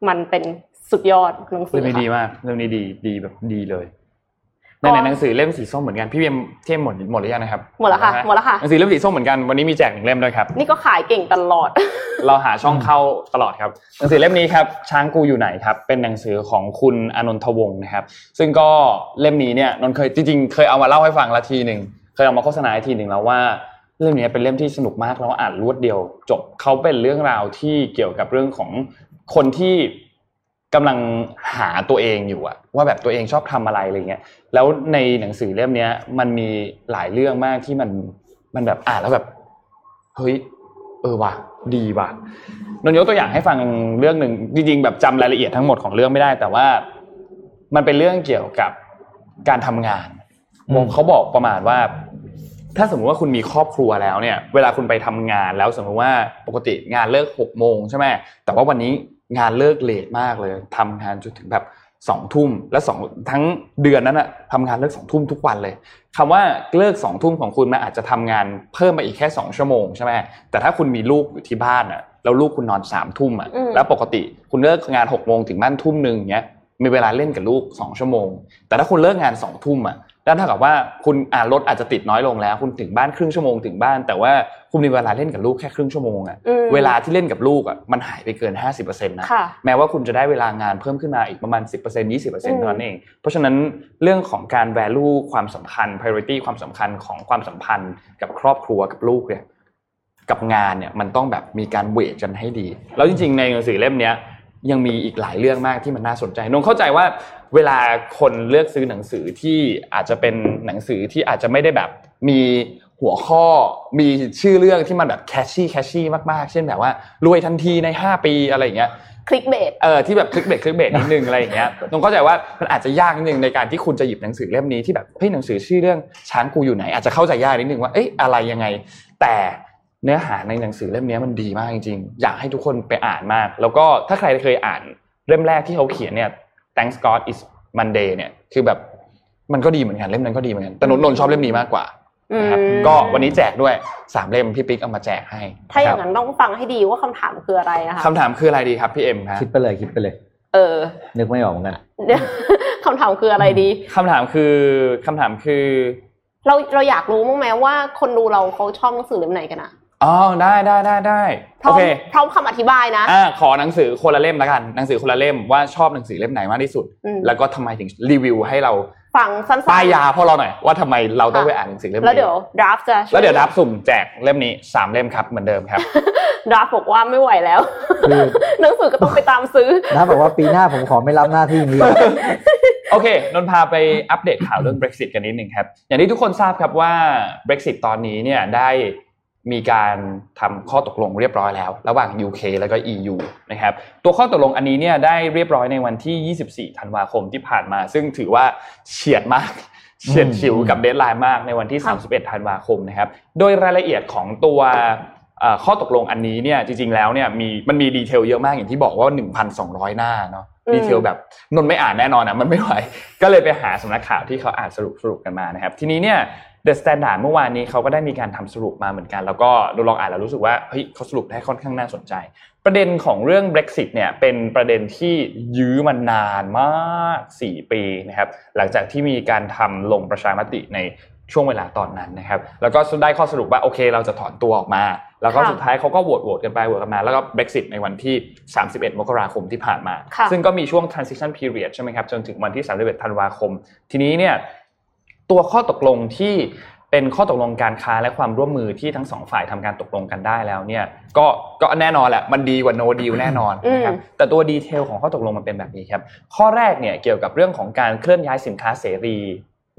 S3: มันเป็นสุดยอดหนังสื
S2: เรื่อ
S3: อง
S2: นี้ดี
S3: ค่ะ
S2: มากเรื่องนี้ดีดีแบบดีเลย
S3: ก็
S2: ในในหนังสือเล่มสีส้มเหมือนกันพี่เอ็มเท่มหมดหมดหรือยังนะครับ
S3: หมดแล้วค่ะ
S2: น
S3: หมดแล้วค่ะ
S2: หนังสือเล่มสีส้มเหมือนกันวันนี้มีแจกหนึ่งเล่มด้วยครับ
S3: นี่ก็ขายเก่งตลอด
S2: เราหาช่องเข้าตลอดครับ หนังสือเล่มนี้ครับช้างกูอยู่ไหนครับ เป็นหนังสือของคุณอานนทวงศ์นะครับ ซึ่งก็เล่มนี้เนี่ยนนท์เคยจริงๆเคยเอามาเล่าให้ฟังละทีหนึ่งเคยเอามาโฆษณาให้ทีหนึ่งแล้วว่า เรื่องนี้เป็นเล่มที่สนุกมากแล้วอ่านรวดเดียว จบเขาเป็นเรื่องราวที่เกี่ยวกับเรื่องของคนที่กำลังหาตัวเองอยู่อะว่าแบบตัวเองชอบทำอะไรอะไรเงี้ยแล้วในหนังสือเล่มเนี้ยมันมีหลายเรื่องมากที่มันมันแบบอ่านแล้วแบบเฮ้ย เออว่ะดีว่ะนนท์ยกตัวอย่างให้ฟังเรื่องหนึ่งจริงๆแบบจำรายละเอียดทั้งหมดของเรื่องไม่ได้ แต่ว่ามันเป็นเรื่องเกี่ยวกับการทำงาน
S4: อืม
S2: วงเขาบอกประมาณว่า ถ้าสมมุติว่าคุณมีครอบครัวแล้วเนี่ย เวลาคุณไปทำงานแล้วสมมุติว่าปกติงานเลิกหกโมงใช่ไหมแต่ว่าวันนี้งานเลิกเลทมากเลยทำงานจนถึงแบบสองทุ่มและสองทั้งเดือนนั้นอะทำงานเลิกสองทุ่มทุกวันเลย คำว่าเลิกสองทุ่มของคุณมันอาจจะทำงานเพิ่มไปอีกแค่สองชั่วโมงใช่ไหมแต่ถ้าคุณมีลูกอยู่ที่บ้านอ่ะแล้วลูกคุณนอนสามทุ่มอ่ะ
S3: อืม
S2: แล้วปกติคุณเลิกงานหกโมงถึงบ้านทุ่มหนึ่งเงี้ยมีเวลาเล่นกับลูกสองชั่วโมง แต่ถ้าคุณเลิกงานสองทุ่มอ่ะนั่นเท่ากับว่าคุณอ่ารถอาจจะติดน้อยลงแล้ว คุณถึงบ้านครึ่งชั่วโมงถึงบ้าน แต่ว่าคุณมีเวลาเล่นกับลูกแค่ครึ่งชั่วโมงอ่ะ
S3: อืม
S2: เวลาที่เล่นกับลูกอ่ะมันหายไปเกิน 50%นะ
S3: ค่ะ
S2: แม้ว่าคุณจะได้เวลางานเพิ่มขึ้นมาอีกประมาณ 10% 20%
S3: ม
S2: เท่านั้นเอง เพราะฉะนั้นเรื่องของการ value ความสำคัญ priority ความสำคัญของความสัมพันธ์กับครอบครัวกับลูกเนี่ยกับงานเนี่ยมันต้องแบบมีการเวทกันให้ดี แล้วจริงๆ ในหนังสือเล่มเนี้ยยังมีอีกหลายเรื่องมากที่มันน่าสนใจนงเข้าใจว่าเวลาคนเลือกซื้อหนังสือที่อาจจะเป็นหนังสือที่อาจจะไม่ได้แบบมีหัวข้อมีชื่อเรื่องที่มันแบบแคชชี่แคชชี่มากๆ เช่นแบบว่ารวยทันทีใน 5 ปีอะไรอย่างเงี้ย
S3: คลิกเบส
S2: เออที่แบบคลิกเบสคลิกเบสนิดนึงอะไรอย่างเงี้ยนงเข้าใจว่ามันอาจจะยากนิดนึงในการที่คุณจะหยิบหนังสือเล่มนี้ที่แบบเฮ้ยหนังสือชื่อเรื่องช้างกูอยู่ไหน อาจจะเข้าใจยากนิดนึงว่าเอ๊ะอะไรยังไง แต่เนื้อหาในหนังสือเล่มนี้มันดีมากจริงๆ อยากให้ทุกคนไปอ่านมาก แล้วก็ถ้าใครเคยอ่านเล่มแรกที่เขาเขียนเนี่ย Thanks God is Monday เนี่ยคือแบบมันก็ดีเหมือนกันเล่มนั้นก็ดีเหมือนกันแต่นนท์ชอบเล่มนี้มากกว่านะครับก็วันนี้แจกด้วยสามเล่มพี่ปิ๊กเอามาแจกให้
S3: ถ้าอย่าง
S2: ครับ
S3: นั้นต้องฟังให้ดีว่าคำถามคืออะไรนะคะ
S2: คำถามคืออะไรดีครับพี่เอ็มฮะ
S4: คิดไปเลยคิดไปเลย
S3: เออ
S4: นึกไม่ออกเหมือนกัน
S3: เดี๋ยวคำถามคืออะไรดี
S2: คำถามคือคำถามคือ
S3: เราเราอยากรู้มั้างไหมว่าคนดูเราเขาชอบหนังสือเล่มไหนกันอะ
S2: อ๋อได้ได้ได้ได้
S3: พร้
S2: โอ
S3: อม
S2: เค
S3: พร้อมคำอธิบายนะ
S2: อ่าขอหนังสือคนละเล่มแล้วกันหนังสือคนละเล่มว่าชอบหนังสือเล่มไหนมากที่สุด
S3: อืม
S2: แล้วก็ทำไมถึงรีวิวให้เรา
S3: ฟังสั้นๆ
S2: ป้ายยาพวกเราหน่อยว่าทำไมเราต้องไปอ่านหนังสือเล่มนี้
S3: แล้วเดี๋ยวดราฟจะช่
S2: แล้วเดี๋ยวรับสุ่มแจกเล่มนี้สามเล่มครับเหมือนเดิมครับ
S3: ดราฟบอกว่าไม่ไหวแล้ว
S4: คือ
S3: หนังสือก็ต้องไปตามซื้อ
S4: น้าบอกว่าปีหน้าผมขอไม่รับหน้าที่นี้
S2: โอเคนนท์พาไปอัปเดตข่าวเรื่อง Brexit กันนิดหนึ่งครับ อย่างที่ทุกคนทราบครับว่า Brexit ตอนนี้เนี่ยได้มีการทำข้อตกลงเรียบร้อยแล้ว ระหว่าง UK แล้วก็ EU นะครับตัวข้อตกลงอันนี้เนี่ยได้เรียบร้อยในวันที่ 24 ธันวาคมที่ผ่านมา ซึ่งถือว่าเฉียดมาก เฉียดฉิวกับเดทไลน์มากในวันที่
S3: ครับ
S2: 31 ธันวาคมนะครับ โดยรายละเอียดของตัวเอ่อข้อตกลงอันนี้เนี่ยจริงๆแล้วเนี่ยมีมันมีดีเทลเยอะมากอย่างที่บอกว่า 1,200 หน้าเนาะ
S3: อืม
S2: ดีเทลแบบนนท์ไม่อ่านแน่นอนนะมันไม่ไหว ก็เลยไปหาสำนักข่าวที่เขาอ่านสรุปสรุปกันมานะครับ ทีนี้เนี่ย The Standard เมื่อวานนี้เขาก็ได้มีการทำสรุปมาเหมือนกัน แล้วก็เราลองอ่านแล้วรู้สึกว่าเฮ้ยเขาสรุปได้ค่อนข้างน่าสนใจ ประเด็นของเรื่อง Brexit เนี่ยเป็นประเด็นที่ยื้อมานานมาก 4 ปีนะครับ หลังจากที่มีการทำลงประชามติในช่วงเวลาตอนนั้นนะครับ แล้วก็ได้ข้อสรุปว่าโอเคเราจะถอนตัวออกมา แล้วก็
S3: ค่ะ
S2: สุดท้ายเขาก็โหวตโหวตกันไปโหวตกันมาแล้วก็ Brexit ในวันที่ 31 มกราคมที่ผ่านมา
S3: ค่ะ
S2: ซึ่งก็มีช่วง transition period ใช่ไหมครับ จนถึงวันที่ 31 ธันวาคม ทีนี้เนี่ยตัวข้อตกลงที่เป็นข้อตกลงการค้าและความร่วมมือที่ทั้งสองฝ่ายทำการตกลงกันได้แล้วเนี่ยก็ก็แน่นอนแหละมันดีกว่า no deal แน่นอนนะครับ
S3: อืม
S2: แต่ตัวดีเทลของข้อตกลงมันเป็นแบบนี้ครับ ข้อแรกเนี่ยเกี่ยวกับเรื่องของการเคลื่อนย้ายสินค้าเสรี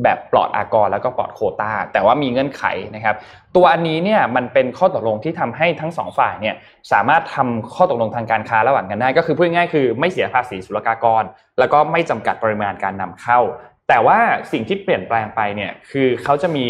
S2: แบบปลอดอากรแล้วก็ปลอดโควตาแต่ว่ามีเงื่อนไขนะครับ ตัวอันนี้เนี่ยมันเป็นข้อตกลงที่ทำให้ทั้งสองฝ่ายเนี่ยสามารถทำข้อตกลงทางการค้าระหว่างกันได้ ก็คือพูดง่ายๆคือไม่เสียภาษีศุลกากร แล้วก็ไม่จำกัดปริมาณการนำเข้า แต่ว่าสิ่งที่เปลี่ยนแปลงไปเนี่ยคือเขาจะมี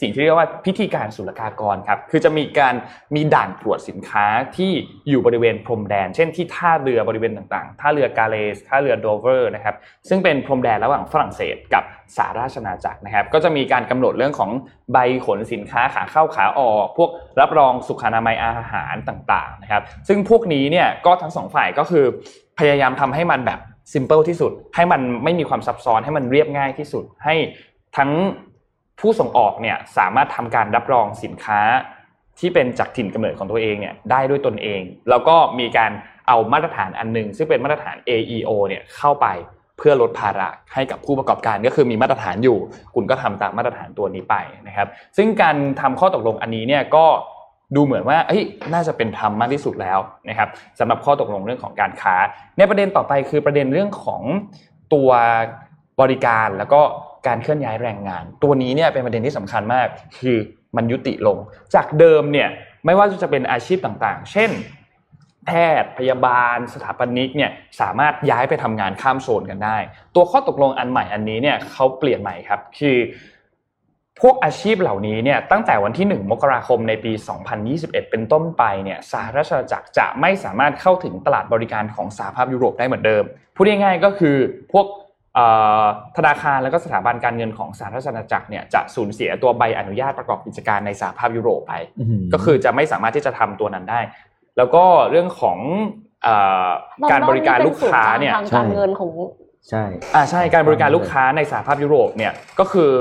S2: สิ่งที่เรียกว่าพิธีการศุลกากรครับคือจะมีการมีด่านตรวจสินค้าที่อยู่บริเวณพรมแดน เช่นที่ท่าเรือบริเวณต่างๆท่าเรือกาเลสท่าเรือโดเวอร์นะครับ ซึ่งเป็นพรมแดนระหว่างฝรั่งเศสกับสาราชนาจักรนะครับ ก็จะมีการกำหนดเรื่องของใบขนสินค้าขาเข้าขาออก พวกรับรองสุขอนามัยอาหารต่างๆนะครับ ซึ่งพวกนี้เนี่ยก็ทั้งสองฝ่ายก็คือ พยายามทำให้มันแบบ s ิมเ l e ที่สุด ให้มันไม่มีความซับซ้อนให้มันเรียบง่ายที่สุด ให้ทั้งผู้ส่งออกเนี่ยสามารถทำการรับรองสินค้า ที่เป็นจากถิ่นกำเนิดของตัวเองเนี่ยได้ด้วยตนเอง แล้วก็มีการเอามาตรฐานอันหนึง ซึ่งเป็นมาตรฐาน AEO เนี่ยเข้าไปเพื่อลดภาระให้กับผู้ประกอบการก็คือมีมาตรฐานอยู่ คุณก็ทำตามมาตรฐานตัวนี้ไปนะครับ ซึ่งการทำข้อตกลงอันนี้เนี่ยก็ดูเหมือนว่าเอ้ยน่าจะเป็นธรรมมากที่สุดแล้วนะครับสำหรับข้อตกลงเรื่องของการค้า ในประเด็นต่อไปคือประเด็นเรื่องของตัวบริการแล้วก็การเคลื่อนย้ายแรงงาน ตัวนี้เนี่ยเป็นประเด็นที่สำคัญมากคือมันยุติลง จากเดิมเนี่ย ไม่ว่าจะเป็นอาชีพต่างๆ เช่น แพทย์พยาบาล สถาปนิกเนี่ยสามารถย้ายไปทำงานข้ามโซนกันได้ ตัวข้อตกลงอันใหม่อันนี้เนี่ยเขาเปลี่ยนใหม่ครับคือ พวกอาชีพเหล่านี้เนี่ยตั้งแต่วันที่ 1 มกราคมในปี 2021 เป็นต้นไปเนี่ยสหราชอาณาจักรจะไม่สามารถเข้าถึงตลาดบริการของสหภาพยุโรปได้เหมือนเดิม พูดง่ายๆก็คือพวกเอ่อธนาคารและก็สถาบันการเงินของสหราชอาณาจักรเนี่ยจะสูญเสียตัวใบอนุญาตประกอบกิจการในสหภาพยุโรปไป ก็คือจะไม่สามารถที่จะทำตัวนั้นได้ แล้วก็เรื่องของเอ่อการบริการลูกค้าเนี่ย
S3: ทางการเงินของ
S4: ใช่
S2: อ่าใช่การบริการลูกค้าในสหภาพยุโรปเนี่ยก็คือ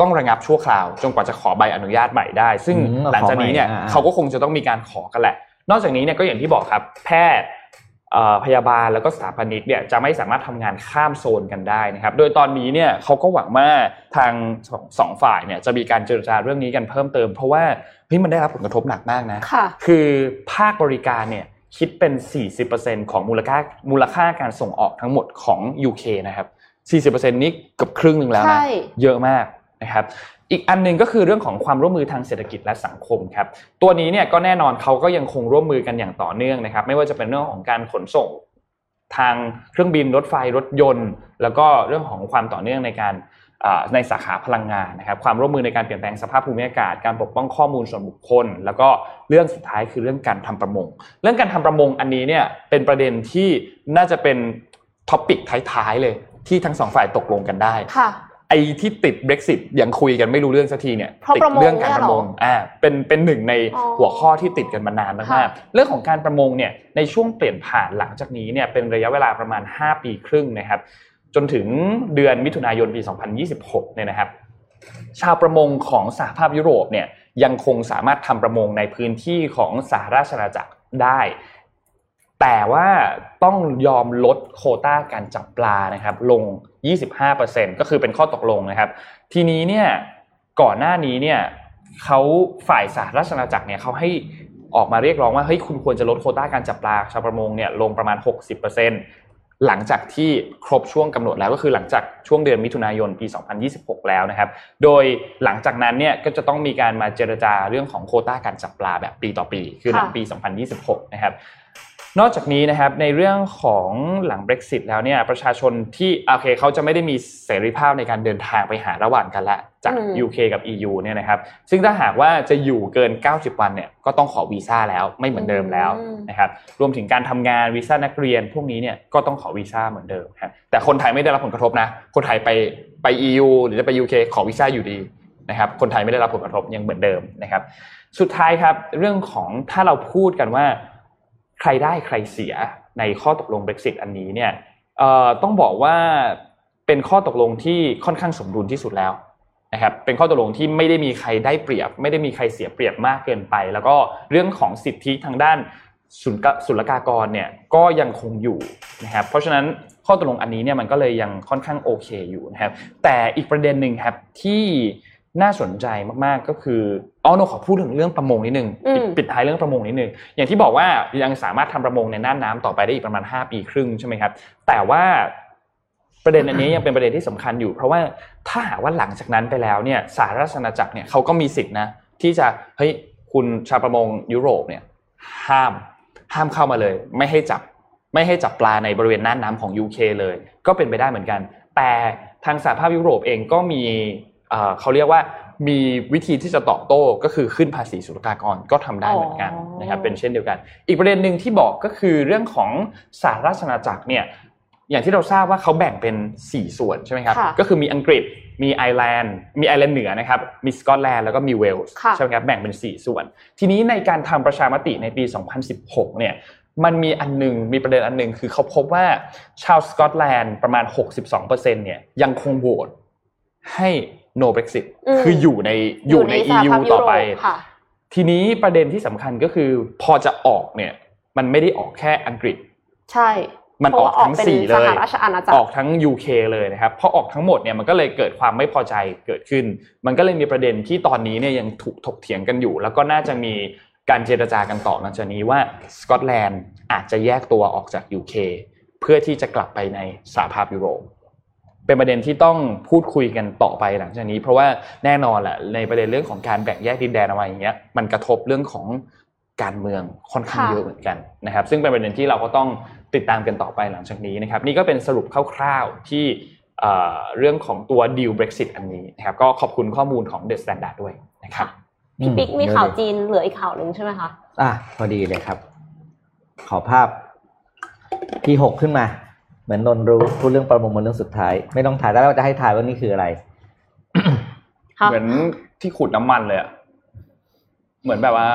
S2: ต้องระงับชั่วคราวจนกว่าจะขอใบอนุญาตใหม่ได้ ซึ่งหลังจากนี้เนี่ยเขาก็คงจะต้องมีการขอกันแหละ นอกจากนี้เนี่ยก็อย่างที่บอกครับ แพทย์เอ่อพยาบาลแล้วก็สถาปนิกเนี่ยจะไม่สามารถทำงานข้ามโซนกันได้นะครับ โดยตอนนี้เนี่ยเขาก็หวังว่าทางสองสองฝ่ายเนี่ยจะมีการเจรจาเรื่องนี้กันเพิ่มเติม เพราะว่าเฮ้ยมันได้รับผลกระทบหนักมากนะ
S3: ค่ะ
S2: คือภาคบริการเนี่ยคิดเป็น 40%ของมูลค่ามูลค่าการส่งออกทั้งหมดของ UK นะครับ 40%นี้เกือบครึ่งหนึ่งแล้วนะ
S3: ใช่
S2: เยอะมากนะครับ อีกอันหนึ่งก็คือเรื่องของความร่วมมือทางเศรษฐกิจและสังคมครับ ตัวนี้เนี่ยก็แน่นอนเขาก็ยังคงร่วมมือกันอย่างต่อเนื่องนะครับ ไม่ว่าจะเป็นเรื่องของการขนส่ง ทางเครื่องบินรถไฟรถยนต์ แล้วก็เรื่องของความต่อเนื่องในการอ่าในสาขาพลังงานนะครับ ความร่วมมือในการเปลี่ยนแปลงสภาพภูมิอากาศ การปกป้องข้อมูลส่วนบุคคล แล้วก็เรื่องสุดท้ายคือเรื่องการทำประมง เรื่องการทำประมงอันนี้เนี่ยเป็นประเด็นที่น่าจะเป็นท็อปิกท้ายๆเลยที่ทั้งสองฝ่ายตกลงกันได้
S3: ค่ะ
S2: ไอ้ที่ติด Brexit ยังคุยกันไม่รู้เรื่องสักทีเนี่ย
S3: เพราะ
S2: ติ
S3: ป
S2: ด
S3: ระมง
S2: เรื่องการประมง
S3: เนี่ยเหรออ่
S2: อ่าเป็นเป็นหนึ่งใน
S3: อ๋อ
S2: หัวข้อที่ติดกันมานานมา
S3: ค่ะ
S2: กๆเรื่องของการประมงเนี่ยในช่วงเปลี่ยนผ่านหลังจากนี้เนี่ยเป็นระยะเวลาประมาณ 5 ปีครึ่งนะครับ จนถึงเดือนมิถุนายนปี 2026 เนี่ยนะครับ ชาวประมงของสหภาพยุโรปเนี่ยยังคงสามารถทำประมงในพื้นที่ของสหราชอาณาจักรได้ แต่ว่าต้องยอมลดโควต้าการจับปลานะครับลง 25%ก็คือเป็นข้อตกลงนะครับ ทีนี้เนี่ยก่อนหน้านี้เนี่ยเขาฝ่ายสหราชอาณาจักรเนี่ยเขาให้ออกมาเรียกร้องว่าเฮ้ยคุณควรจะลดโควต้าการจับปลาชาวประมงเนี่ยลงประมาณ 60%หลังจากที่ครบช่วงกำหนดแล้วก็คือหลังจากช่วงเดือนมิถุนายนปี 2026 แล้วนะครับ โดยหลังจากนั้นเนี่ยก็จะต้องมีการมาเจรจาเรื่องของโควต้าการจับปลาแบบปีต่อปี คือหลัง
S3: ค่ะ
S2: ปี 2026 นะครับ นอกจากนี้นะครับในเรื่องของหลัง Brexit แล้วเนี่ยประชาชนที่โอเคเขาจะไม่ได้มีเสรีภาพในการเดินทางไปหาระหว่างกันละจาก
S3: อืม
S2: UK กับ EU เนี่ยนะครับซึ่งถ้าหากว่าจะอยู่เกิน 90 วันเนี่ยก็ต้องขอวีซ่าแล้วไม่เหมือนเดิมแล้ว
S3: อืม
S2: นะครับรวมถึงการทำงานวีซ่านักเรียน พวกนี้เนี่ยก็ต้องขอวีซ่าเหมือนเดิมครับแต่คนไทยไม่ได้รับผลกระทบนะคนไทยไปไป EU หรือจะไป UK ขอวีซ่าอยู่ดีนะครับคนไทยไม่ได้รับผลกระทบยังเหมือนเดิมนะครับ สุดท้ายครับเรื่องของถ้าเราพูดกันว่าใครได้ใครเสียในข้อตกลง Brexit อันนี้เนี่ยเอ่อต้องบอกว่าเป็นข้อตกลงที่ค่อนข้างสมดุลที่สุดแล้วนะครับเป็นข้อตกลงที่ไม่ได้มีใครได้เปรียบ ไม่ได้มีใครเสียเปรียบมากเกินไป แล้วก็เรื่องของสิทธิทางด้านศุลกศุลกากรเนี่ยก็ยังคงอยู่นะครับเพราะฉะนั้นข้อตกลงอันนี้เนี่ยมันก็เลยยังค่อนข้างโอเคอยู่นะครับ แต่อีกประเด็นหนึ่งครับที่น่าสนใจมากๆก็คืออ๋อโนขอพูดถึงเรื่องประมงนิดนึง
S3: อืม
S2: ปิดปิดท้ายเรื่องประมงนิดนึงอย่างที่บอกว่ายังสามารถทำประมงในน่านน้ำต่อไปได้อีกประมาณ 5 ปีครึ่งใช่ไหมครับ แต่ว่าประเด็นอันนี้ยังเป็นประเด็นที่สำคัญอยู่ เพราะว่าถ้าหากว่าหลังจากนั้นไปแล้วเนี่ยสหราชอาณาจักรเนี่ยเขาก็มีสิทธินะที่จะเฮ้ยคุณชาวประมงยุโรปเนี่ยห้ามห้ามเข้ามาเลย ไม่ให้จับ ไม่ให้จับปลาในบริเวณน่านน้ำของ UK เลย ก็เป็นไปได้เหมือนกัน แต่ทางสหภาพยุโรปเองก็มีเอ่อเขาเรียกว่ามีวิธีที่จะตอบโต้ก็คือขึ้นภาษีศุลกากรก็ทำได้เหมือนกัน
S3: อ๋อ
S2: นะครับเป็นเช่นเดียวกัน อีกประเด็นหนึ่งที่บอกก็คือเรื่องของสหราชอาณาจักรเนี่ยอย่างที่เราทราบว่าเขาแบ่งเป็น 4 ส่วนใช่ไหมครับ
S3: ค่ะ
S2: ก็คือมีอังกฤษมีไอร์แลนด์มีไอร์แลนด์เหนือนะครับมีสกอตแลนด์แล้วก็มีเวลส์
S3: ค่ะ
S2: ใช่ไหมครับแบ่งเป็น 4 ส่วน ทีนี้ในการทำประชามติในปี 2016 เนี่ย มันมีอันหนึ่งมีประเด็นอันหนึ่งคือเขาพบว่าชาวสกอตแลนด์ประมาณ 62%เนี่ยยังคงโหวตให้ no Brexit
S3: อืม
S2: คืออยู่ในอยู่ใน
S3: สห
S2: EU
S3: ภาพยุโรป
S2: ต่อไป
S3: ค่ะ
S2: ทีนี้ประเด็นที่สำคัญก็คือพอจะออกเนี่ย มันไม่ได้ออกแค่อังกฤษ
S3: ใช่
S2: มันออกทั้ง
S3: พราะว่า
S2: สี่เล
S3: ป็น
S2: ย
S3: สหราชอาณาจัก
S2: อ
S3: ร
S2: อกทั้ง UK เลยนะครับพอออกทั้งหมดเนี่ยมันก็เลยเกิดความไม่พอใจเกิดขึ้น มันก็เลยมีประเด็นที่ตอนนี้เนี่ยยังถูกถกเถียงกันอยู่ แล้วก็น่าจะมีการเจรจากันต่อหลังจากนี้ว่าสกอตแลนด์อาจจะแยกตัวออกจาก UK เพื่อที่จะกลับไปในสหภาพยุโรป เป็นประเด็นที่ต้องพูดคุยกันต่อไปหลังจากนี้ เพราะว่าแน่นอนแหละในประเด็นเรื่องของการแบ่งแยกดินแดนอะไรอย่างเงี้ยมันกระทบเรื่องของการเมืองค่อนข้าง
S3: ค่ะ
S2: เยอะเหมือนกันนะครับ ซึ่งเป็นประเด็นที่เราก็ต้องติดตามกันต่อไปหลังจากนี้นะครับ นี่ก็เป็นสรุปคร่าวๆที่เอ่อเรื่องของตัวดีลเบรกซิตอันนี้นะครับก็ขอบคุณข้อมูลของเดอะสแตนดาร์ดด้วยนะครับ
S3: พี่ปิ๊กมีข่าว
S4: เดี๋ย
S3: จีนเหลืออีกข่าวหนึ่งใช่ไหมคะ
S4: ๆอ่ะพอดีเลยครับ ขอภาพที่หกขึ้นมา เหมือนนนท์รู้พูดเรื่องประมงเป็นเรื่องสุดท้าย ไม่ต้องถ่ายแล้วเราจะให้ถ่ายว่านี่คืออะไร
S3: ค่ะ
S2: เหมือนที่ขุดน้ำมันเลยอะเหมือนแบบว่า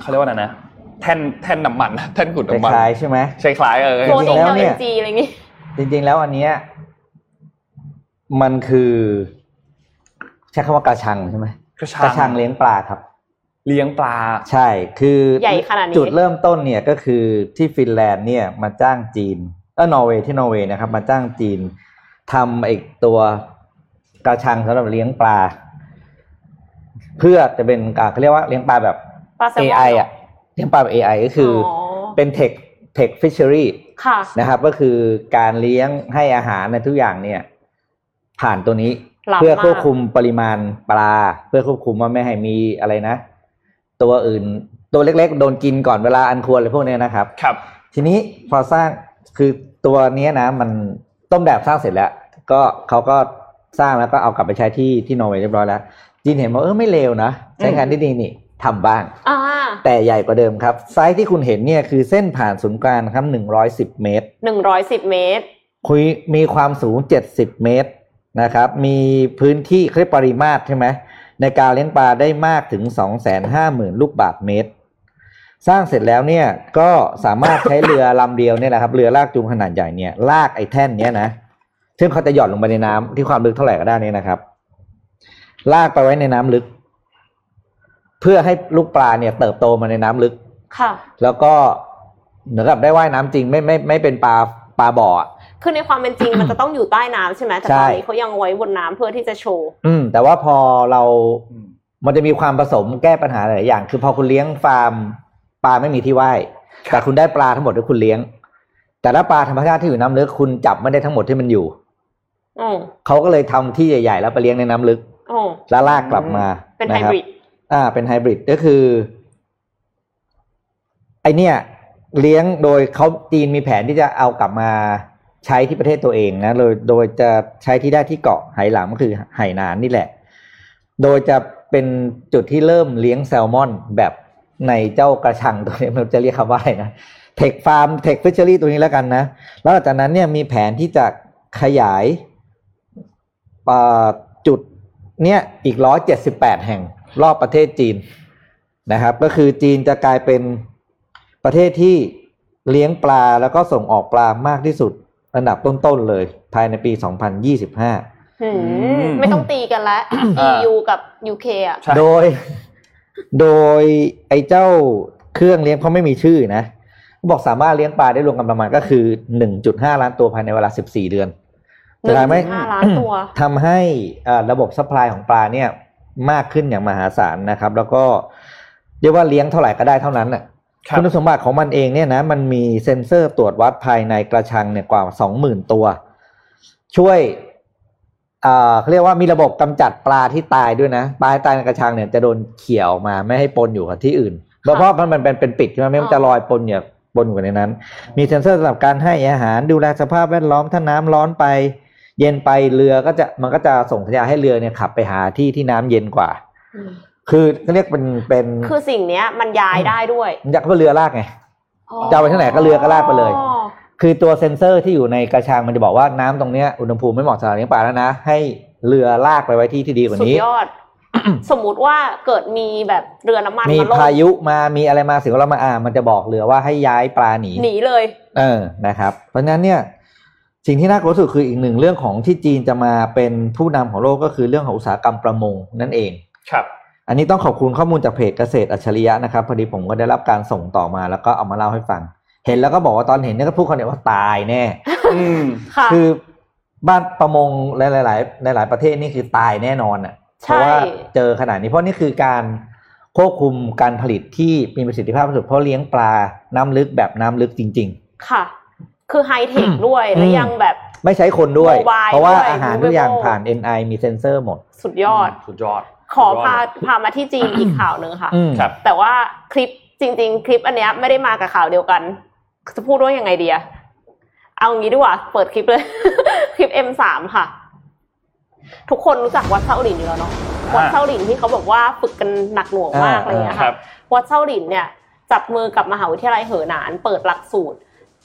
S2: เขาเรียกว่าอะไรนะ แท่นแท่นน้ำ มันแท่นขุด
S4: ค
S2: น้ำมัน
S4: ล้ายๆใช่ไหม
S2: ใช่คล้ายเออ
S3: โปร
S4: จ
S3: ตี
S4: ง
S3: น
S4: แล้
S3: เอ
S4: วเนี่
S3: เอ็
S4: ย
S3: นจีอะไรอย่างงี้
S4: จริงๆแล้วอันเนี้ยมันคือใช้คำว่ากระชังใช่ไหม
S2: กระ
S4: กระชั
S2: ชั
S4: ง
S2: ง
S4: เลี้ยงปลาครับ
S2: เลี้ยงปลา
S4: ใช่คือ
S3: ใหญ่ขนาดนี้
S4: จุดเริ่มต้นเนี่ยก็คือที่ฟินแลนด์เนี่ยมาจ้างจีนเออนอร์เวย์ที่นอร์เวย์นะครับ มาจ้างจีนทำไอตัวกระชังสำหรับเลี้ยงปลา เพื่อจะเป็นอ่าเขาเรียกว่าเลี้ยงปลาแบบ
S3: ปลาแซลมอน
S4: AI อ่ะเลี้ยงปลาแบบ AI ก็คืออเป็นเทคเทคฟิชเชอรี่
S3: ค่ะ
S4: นะครับก็คือการเลี้ยงให้อาหารในทุกอย่างเนี่ย ผ่านตัวนี้
S3: หลับมาก
S4: เพื่อควบคุมปริมาณปลา เพื่อควบคุมว่าไม่ให้มีอะไรนะ ตัวอื่นตัวเล็กๆ โดนกินก่อนเวลาอันควรเลยพวกเนี้ยนะครับ
S2: ครับ
S4: ทีนี้พอสร้างคือตัวเนี้ยนะ มันต้มแบบสร้างเสร็จแล้ว ก็เขาก็สร้างแล้วก็เอากลับไปใช้ที่ที่นอร์เวย์เรียบร้อยแล้วจีนเห็นว่าเออไม่เลวนะใช้งานได้ดีนี่ทำบ้าง
S3: อ่า
S4: แต่ใหญ่กว่าเดิมครับ ไซส์ที่คุณเห็นเนี่ยคือเส้นผ่านศูนย์กลางครับหนึ่งร้อยสิบเมตร
S3: หนึ่งร้อยสิบเมตร
S4: คุยมีความสูง 70 เมตรนะครับ มีพื้นที่เขาเรียกปริมาตรใช่ไหมในการเลี้ยงปลาได้มากถึง 250,000 ลูกบาทเมตร สร้างเสร็จแล้วเนี่ยก็สามารถใช้เรือ ลำเดียวเนี่ยแหละครับ เรือลากจูงขนาดใหญ่เนี่ยลากไอ้แท่นเนี้ยนะ ซึ่งเขาจะหย่อนลงไปในน้ำที่ความลึกเท่าไหร่ก็ได้เนี่ยนะครับ ลากไปไว้ในน้ำลึก เพื่อให้ลูกปลาเนี่ยเติบโตมาในน้ำลึก
S3: ค่ะ
S4: แล้วก็เหมือนกับได้ว่ายน้ำจริงไม่ไม่ไม่เป็นปลาปลาบ่ออะ
S3: คือในความเป็นจริง มันจะต้องอยู่ใต้น้ำใช่ไหมแต่ตอน
S4: ใช่
S3: นี้เขายังไว้บนน้ำเพื่อที่จะโชว์
S4: อืมแต่ว่าพอเรา มันจะมีความผสมแก้ปัญหาหลายๆอย่าง คือพอคุณเลี้ยงฟาร์มปลาไม่มีที่ว่าย
S2: ครับ
S4: แต่คุณได้ปลาทั้งหมดที่คุณเลี้ยง แต่ละปลาธรรมชาติที่อยู่น้ำลึกคุณจับไม่ได้ทั้งหมดที่มันอยู่
S3: อืม
S4: เขาก็เลยทำที่ใหญ่ๆ แล้วไปเลี้ยงในน้ำลึก
S3: อืม
S4: แล้วลากกลับมา
S3: เป็นไฮ
S4: ะค
S3: บริด
S4: อ่า เป็นไฮบริดก็คือ ไอเนี่ย เลี้ยงโดยเขาจีนมีแผนที่จะเอากลับมาใช้ที่ประเทศตัวเองนะ โดยโดยจะใช้ที่ได้ที่เกาะไหหลำก็คือไหหนานนี่แหละ โดยจะเป็นจุดที่เริ่มเลี้ยงแซลมอนแบบในเจ้ากระชังตัวนี้ไมันจะเรียกคำว่าอะไรนะเทคฟาร์มเทคฟิชเชอรี่ตัวนี้แล้วกันนะ แล้วหลังจากนั้นเนี่ยมีแผนที่จะขยายเอ่อจุดเนี่ยอีกร้อยเจ็ดสิบแปดแห่งรอบประเทศจีนนะครับ ก็คือจีนจะกลายเป็นประเทศที่เลี้ยงปลาแล้วก็ส่งออกปลามากที่สุดอันดับต้น ๆ เลย ภายในปี
S3: ห
S4: 2025
S3: ืม
S2: ม
S3: ไม่ต้องตีกันแล้ว
S2: อ่า
S3: EU กับ UK อ่ะ
S2: ใช่
S4: โดย โดยไอ้เจ้าเครื่องเลี้ยงเขาไม่มีชื่อนะเขาบอกสามารถเลี้ยงปลาได้รวมกันประมาณก็คือ 1.5 ล้านตัวภายในเวลา 14 เดือน
S3: 1.5
S4: ทำให้
S3: ล้านตัว
S4: ทำให้เอ่อระบบซัพพลายของปลาเนี่ยมากขึ้นอย่างมหาศาลนะครับ แล้วก็เรียกว่าเลี้ยงเท่าไหร่ก็ได้เท่านั้นน่ะ
S2: ครับ
S4: คุณสมบัติของมันเองเนี่ยนะมันมีเซ็นเซอร์ตรวจวัดภายในกระชังเนี่ยกว่าสองหมื่นตัว ช่วยอ่าเขาเรียกว่ามีระบบกำจัดปลาที่ตายด้วยนะ ปลาที่ตายในกระชังเนี่ยจะโดนเขี่ยออกมาไม่ให้ปนอยู่กับที่อื่น เพราะเพราะมันเป็นเป็นปิดใช่ไหมไม่งั้น
S3: อ๋อ
S4: จะลอยปนอย่าปนอยู่ในนั้น มีเซ็นเซอร์สำหรับการให้อาหารดูแลสภาพแวดล้อมถ้าน้ำร้อนไป เย็นไปเรือก็จะมันก็จะส่งสัญญาณให้เรือเนี่ยขับไปหาที่ที่น้ำเย็นกว่า คือเขาเรียกเป็นเป็น
S3: คือสิ่งเนี้ยมันย้ายได้ด้วย
S4: มันจะเป็นเรือลากไง จะเอาไปที่ไหนก็เรือก็ลากไปเลย
S3: อ๋อ
S4: คือตัวเซ็นเซอร์ที่อยู่ในกระชังมันจะบอกว่าน้ำตรงเนี้ยอุณหภูมิไม่เหมาะสำหรับเลี้ยงปลาแล้วนะ ให้เรือลากไปไว้ที่ที่ดีกว่า
S3: สุด
S4: นี้
S3: ยอด สมมุติว่าเกิดมีแบบเรือน้ำมัน
S4: มี
S3: มาล่ม
S4: พายุมามีอะไรมาสิ่งเรามาอ่ามันจะบอกเรือว่าให้ย้ายปลาหนี
S3: หนีเลย
S4: เออนะครับ เพราะฉะนั้นเนี่ยสิ่งที่น่ากลัวที่สุดคืออีกหนึ่งเรื่องของที่จีนจะมาเป็นผู้นำของโลกก็คือเรื่องของอุตสาหกรรมประมงนั่นเอง
S2: ครับ
S4: อันนี้ต้องขอบคุณข้อมูลจากเพจเกษตรอัจฉริยะนะครับพอดีผมก็ได้รับการส่งต่อมาแล้วก็เอามาเล่าให้ฟัง เห็นแล้วก็บอกว่าตอนเห็นเนี่ยก็พูดคำเดียวว่าตายแน่
S2: อืม
S3: ค่ะ
S4: คือบ้านประมงหลายหลายหลายหลาย ๆ ประเทศนี่คือตายแน่นอนอ่ะเพ
S3: ใช่
S4: ราะว่าเจอขนาดนี้เพราะนี่คือการควบคุมการผลิตที่มีประสิทธิภาพที่สุดเพราะเลี้ยงปลาน้ำลึกแบบน้ำลึกจริง
S3: ค่ะ คือไฮเทคด้วย แล้วยังแบบ
S4: ๆ ไม่ใช้คนด้วย
S3: Mobile
S4: เพราะว่า
S3: ด้วย
S4: อาหารทุกอย่าง
S3: Movable
S4: ผ่าน NI มีเซ็นเซอร์หมด
S3: สุดยอด
S2: สุดยอด
S3: ขอพาพามาที่จีนอีกข่าวหนึ่งค่ะ
S4: อืม
S2: ครับ
S3: แต่ว่าคลิปจริง ๆ คลิปอันเนี้ยไม่ได้มากับข่าวเดียวกัน จะพูดว่ายังไงดีอะเอางี้ดีกว่า เปิดคลิปเลย คลิป M3 ค่ะ ทุกคนรู้จักวัดเซาหลินอยู่แล้วเนาะ
S2: อ่า
S3: วัดเซาหลินที่เขาบอกว่าฝึกกันหนักหน่วงมากอะไรอย่างเงี้ย
S2: ครั
S3: ค่ะ
S2: บ
S3: วัดเซาหลินเนี่ย จับมือกับมหาวิทยาลัยเหอหนาน เปิดหลักสูตร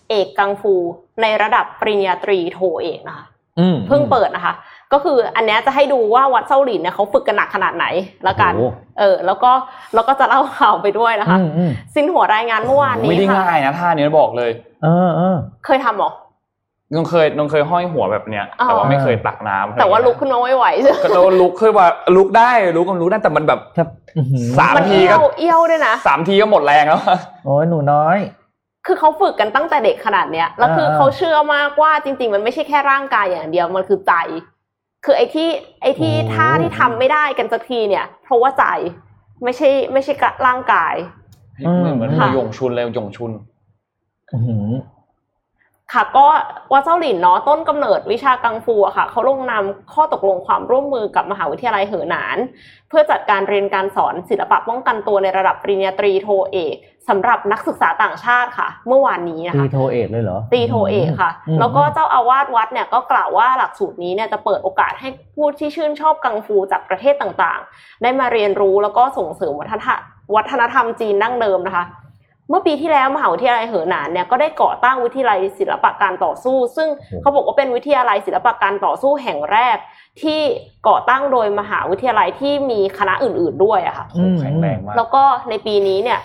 S3: เอกกังฟูในระดับปริญญาตรีโทเอกนะคะ
S4: อืม
S3: เพิ่งเปิดนะคะ ก็คืออันเนี้ยจะให้ดูว่าวัดเซาหลินเนี่ยเขาฝึกกันหนักขนาดไหนละกัน
S4: โอ้โห
S3: เออ แล้วก็แล้วก็จะเล่าข่าวไปด้วยนะคะ
S4: อืมอืม
S3: สินหัวรายงานเมื่อวาน
S2: ไม่
S3: นี้
S2: ได้
S3: ค่ะ
S2: ง่ายนะท่านี้บอกเลย
S4: เออเออ
S3: เคยทำเหรอ
S2: นงเคยนงเคยห้อยหัวแบบเนี้ย
S3: อ๋อ
S2: แต่ว่าไม่เคยตักน้ำ
S3: แต่ว่าลุกขึ้นมาไม่ไหว
S2: ก็เราลุกเคยว่าลุกได้ลุกมันลุกได้แต่มันแบบ
S4: ครับอื้อหือ
S2: สาม
S3: มัน
S2: ที
S3: เอี้
S2: ก็
S3: ยวเอี้ยวด้วยนะ
S2: สามทีก็หมดแรงแล้ว
S4: โอ้ยหนูน้อย
S3: คือเขาฝึกกันตั้งแต่เด็กขนาดเนี้ย แล้วคือ
S4: เออ
S3: เขาเชื่อมากว่าจริง ๆ มันไม่ใช่แค่ร่างกายอย่างเดียว มันคือใจ คือไอ้ที่ไอ้ที่ท่าที่ทำไม่ได้กันสักทีเนี่ย เพราะว่าใจไม่ใช่ไม่ใช่กะร่างกาย
S4: อืม
S2: เหมือน
S3: ค่ะ
S2: มายงชุนเลยยงชุน
S4: อื้อหือ
S3: ค่ะก็วัดเจ้าหลินเนาะต้นกำเนิดวิชากังฟูอะค่ะเขาลงนามข้อตกลงความร่วมมือกับมหาวิทยาลัยเหอหนาน เพื่อจัดการเรียนการสอนศิลปะป้องกันตัวในระดับปริญญาตรีโทเอกสำหรับนักศึกษาต่างชาติค่ะ เมื่อวานนี้นะ
S4: ตี
S3: คะ
S4: โทเอกเลยเหรอ
S3: ตีโทเอกค่ะ
S4: อืม
S3: แล้วก็เจ้าอาวาสวัดเนี่ยก็กล่าวว่าหลักสูตรนี้เนี่ยจะเปิดโอกาสให้ผู้ที่ชื่นชอบกังฟูจากประเทศต่างๆ ได้มาเรียนรู้แล้วก็ส่งเสริมวัฒนธรรมวัฒนธรรมจีนดั้งเดิมนะคะ เมื่อปีที่แล้วมหาวิทยาลัยเหอหนานเนี่ยก็ได้ก่อตั้งวิทยาลัยศิลปะการต่อสู้ ซึ่งเขาบอกว่าเป็นวิทยาลัยศิลปะการต่อสู้แห่งแรก ที่ก่อตั้งโดยมหาวิทยาลัยที่มีคณะอื่น ๆด้วยอะค่ะ
S4: อืม
S2: แข็งแรงมาก
S3: แล้วก็ในปีนี้เนี่ย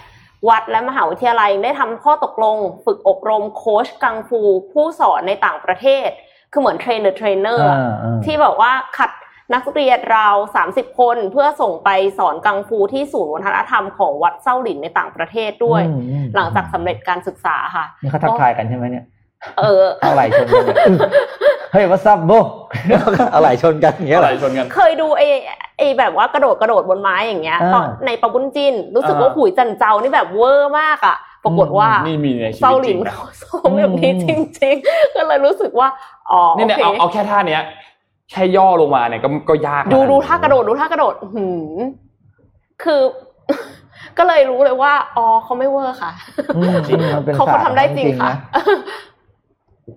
S3: วัดและมหาวิทยาลัยได้ทำข้อตกลง ฝึกอบรมโค้ชกังฟู ผู้สอนในต่างประเทศ คือเหมือนเทรนเนอร์เทรนเนอร์
S4: อ่าอ่า
S3: ที่แบบว่าคัดนักเรียนราว 30 คนเพื่อส่งไปสอนกังฟูที่ศูนย์วัฒนธรรมของวัดเซาหลินในต่างประเทศด้วย
S4: อืมอืม
S3: หลังจากสำเร็จการศึกษาค่ะ
S4: นี่เขาทักทายกันใช่ไหมเนี่ย
S3: เออ
S4: เอาไหลชนกันเนี่ย เฮ้ยวัสซับโบ เอาไหลชนกันอย่างเงี้ย
S2: อะ
S4: เห
S2: ไร
S4: รอ
S2: ชนกัน
S3: เคยดูไอ้ไอ้แบบว่ากระโดดกระโดดบนไม้อย่างเงี้ย
S4: อ่า
S3: ตอนในปะบุญจินรู้สึกว่า
S2: อ่า
S3: หุยจันเจ้านี่แบบเวอร์มากอะปรากฏว่า
S2: นี่มีในชี
S3: เซา
S2: วิตจ
S3: หลิ
S2: ริ
S3: น
S2: งนะ
S3: เขาซ้อมแบบนี้จริงๆ ก็เลยรู้สึกว่า อ๋อ
S2: นี่เนี่ย
S3: โอ
S2: เอา
S3: เค
S2: เอาแค่ท่าเนี้ยแค่ย่อลงมาเนี่ยก็ก็ยากนะ
S3: ดูดูท่ากระโดดดูท่ากระโดดอื้อหือคือ ก็เลยรู้เลยว่า อ๋อเขาไม่เวอร์ค่ะ
S4: อืมจริงมันเป็น
S3: เขาเขา
S4: ศาสตร์
S3: ทำได้จริง
S4: จริงๆนะ
S3: ค่ะ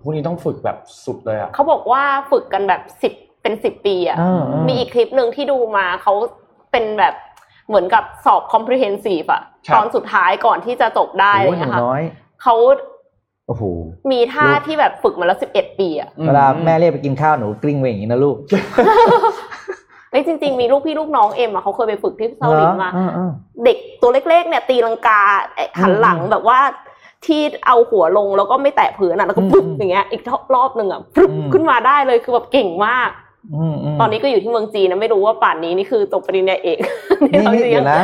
S2: พวกนี้ต้องฝึกแบบสุดเลยอ่ะ
S3: เขาบอกว่าฝึกกันแบบสิบเป็นสิบปีอ่ะ
S4: เออเออ
S3: มีอีกคลิปหนึ่งที่ดูมาเขาเป็นแบบเหมือนกับสอบ comprehensive อะ
S2: ครับ
S3: ตอนสุดท้ายก่อนที่จะจบได้อะไร
S4: โอ้ยห
S3: เงี้ย
S4: นู
S3: ค่ะ
S4: น้อย
S3: เขา
S4: โอ้โห
S3: มีท่า
S4: ลูก
S3: ที่แบบฝึกมาแล้วสิบเอ็ดปีอ่ะ
S4: เวลาแม่เรียกไปกินข้าวหนูกลิ้งไปอย่างนี้นะลูก
S3: เฮ้ยจริงๆมีลูกพี่ลูกน้องเอ็มอะเขาเคยไปฝึกที่เซาหลินมา
S4: เออเออ
S3: เด็กตัวเล็กๆเนี่ยตีลังกาไอ้หันหลัง
S4: อืม
S3: แบบว่าที่เอาหัวลงแล้วก็ไม่แตะพื้นอะแล้วก็ปุ๊บ
S4: อืม
S3: อย่างเงี้ยอีกรอบหนึ่งอะปุ๊บ
S4: อืม
S3: ขึ้นมาได้เลยคือแบบเก่งมาก
S4: อืมม
S3: ตอนนี้ก็อยู่ที่เมืองจีนนะไม่รู้ว่าป่านนี้นี่คือจบปริญญาเอก
S4: นี่
S3: เรา
S4: นี่
S3: จริง
S4: เดี๋ยวนะ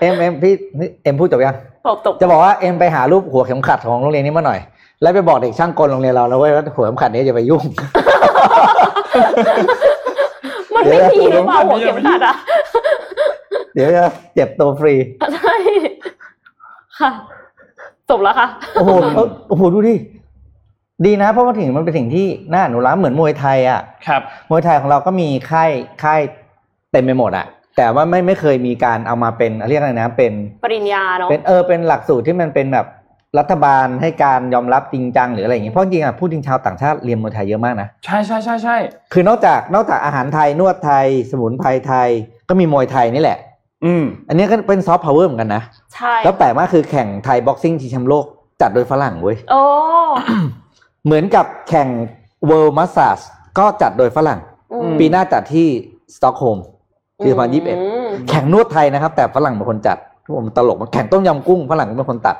S4: เอ็มเอ็มพี่นี่เอ็มพูดจบยัง
S3: จบจบ
S4: จะบอกว่าเอ็มไปหารูปหัวเข็มขัดของโรงเรียนนี้มาหน่อย แล้วไปบอกเด็กช่างกลโรงเรียนเรานะเว้ยว่าหัวเข็มขัดนี้อย่าไปยุ่ง
S3: มันไม่
S4: เดี๋
S3: ดีหรือ
S4: ยวนะ
S3: เปล่าหัวเข็มขัดอะ
S4: เดี๋ยวจะเจ็บตัวฟรี
S3: ใช่ค่ะจบแล้วค่ะ
S4: โอ้โหเขาโอ้โหดูดิ ดีนะ เพราะว่าถึงมันเป็นสิ่งที่น่าอนุรักษ์เหมือนมวยไทยอ่ะ
S2: ครับ
S4: มวยไทยของเราก็มีค่ายค่ายเต็มไปหมดอ่ะ แต่ว่าไม่ไม่เคยมีการเอามาเป็นเรียกอะไรนะ เป็น
S3: ปริญญาเนาะ
S4: เป็นเออเป็นหลักสูตรที่มันเป็นแบบรัฐบาลให้การยอมรับจริงจังหรืออะไรอย่างเงี้ยเพราะจริงอ่ะพูดจริงชาวต่างชาติเรียนมวยไทยเยอะมากนะ
S2: ใช่ใช่ใช่ใช่
S4: คือนอกจากนอกจากอาหารไทยนวดไทย สมุนไพรไทยก็มีมวยไทยนี่แหละ
S2: อืม
S4: อันนี้ก็เป็นซอฟต์พาวเวอร์เหมือนกันนะ
S3: ใช่
S4: แล้วแปลกมากคือแข่งไทยบ็อกซิ่งชิงแชมป์โลกจัดโดยฝรั่งเว้ย
S3: โอ้
S4: เหมือนกับแข่งเวิลด์มาสซาสก็จัดโดยฝรั่ง
S2: อืม
S4: ปีหน้าจัดที่สต็อกโฮล์มปีพันยี่สิบเอ็ด
S3: ม
S4: แข่งนวดไทยนะครับ แต่ฝรั่งเป็นคนจัดผมตลกมันแข่งต้มยำกุ้งฝรั่งเป็นคนตัด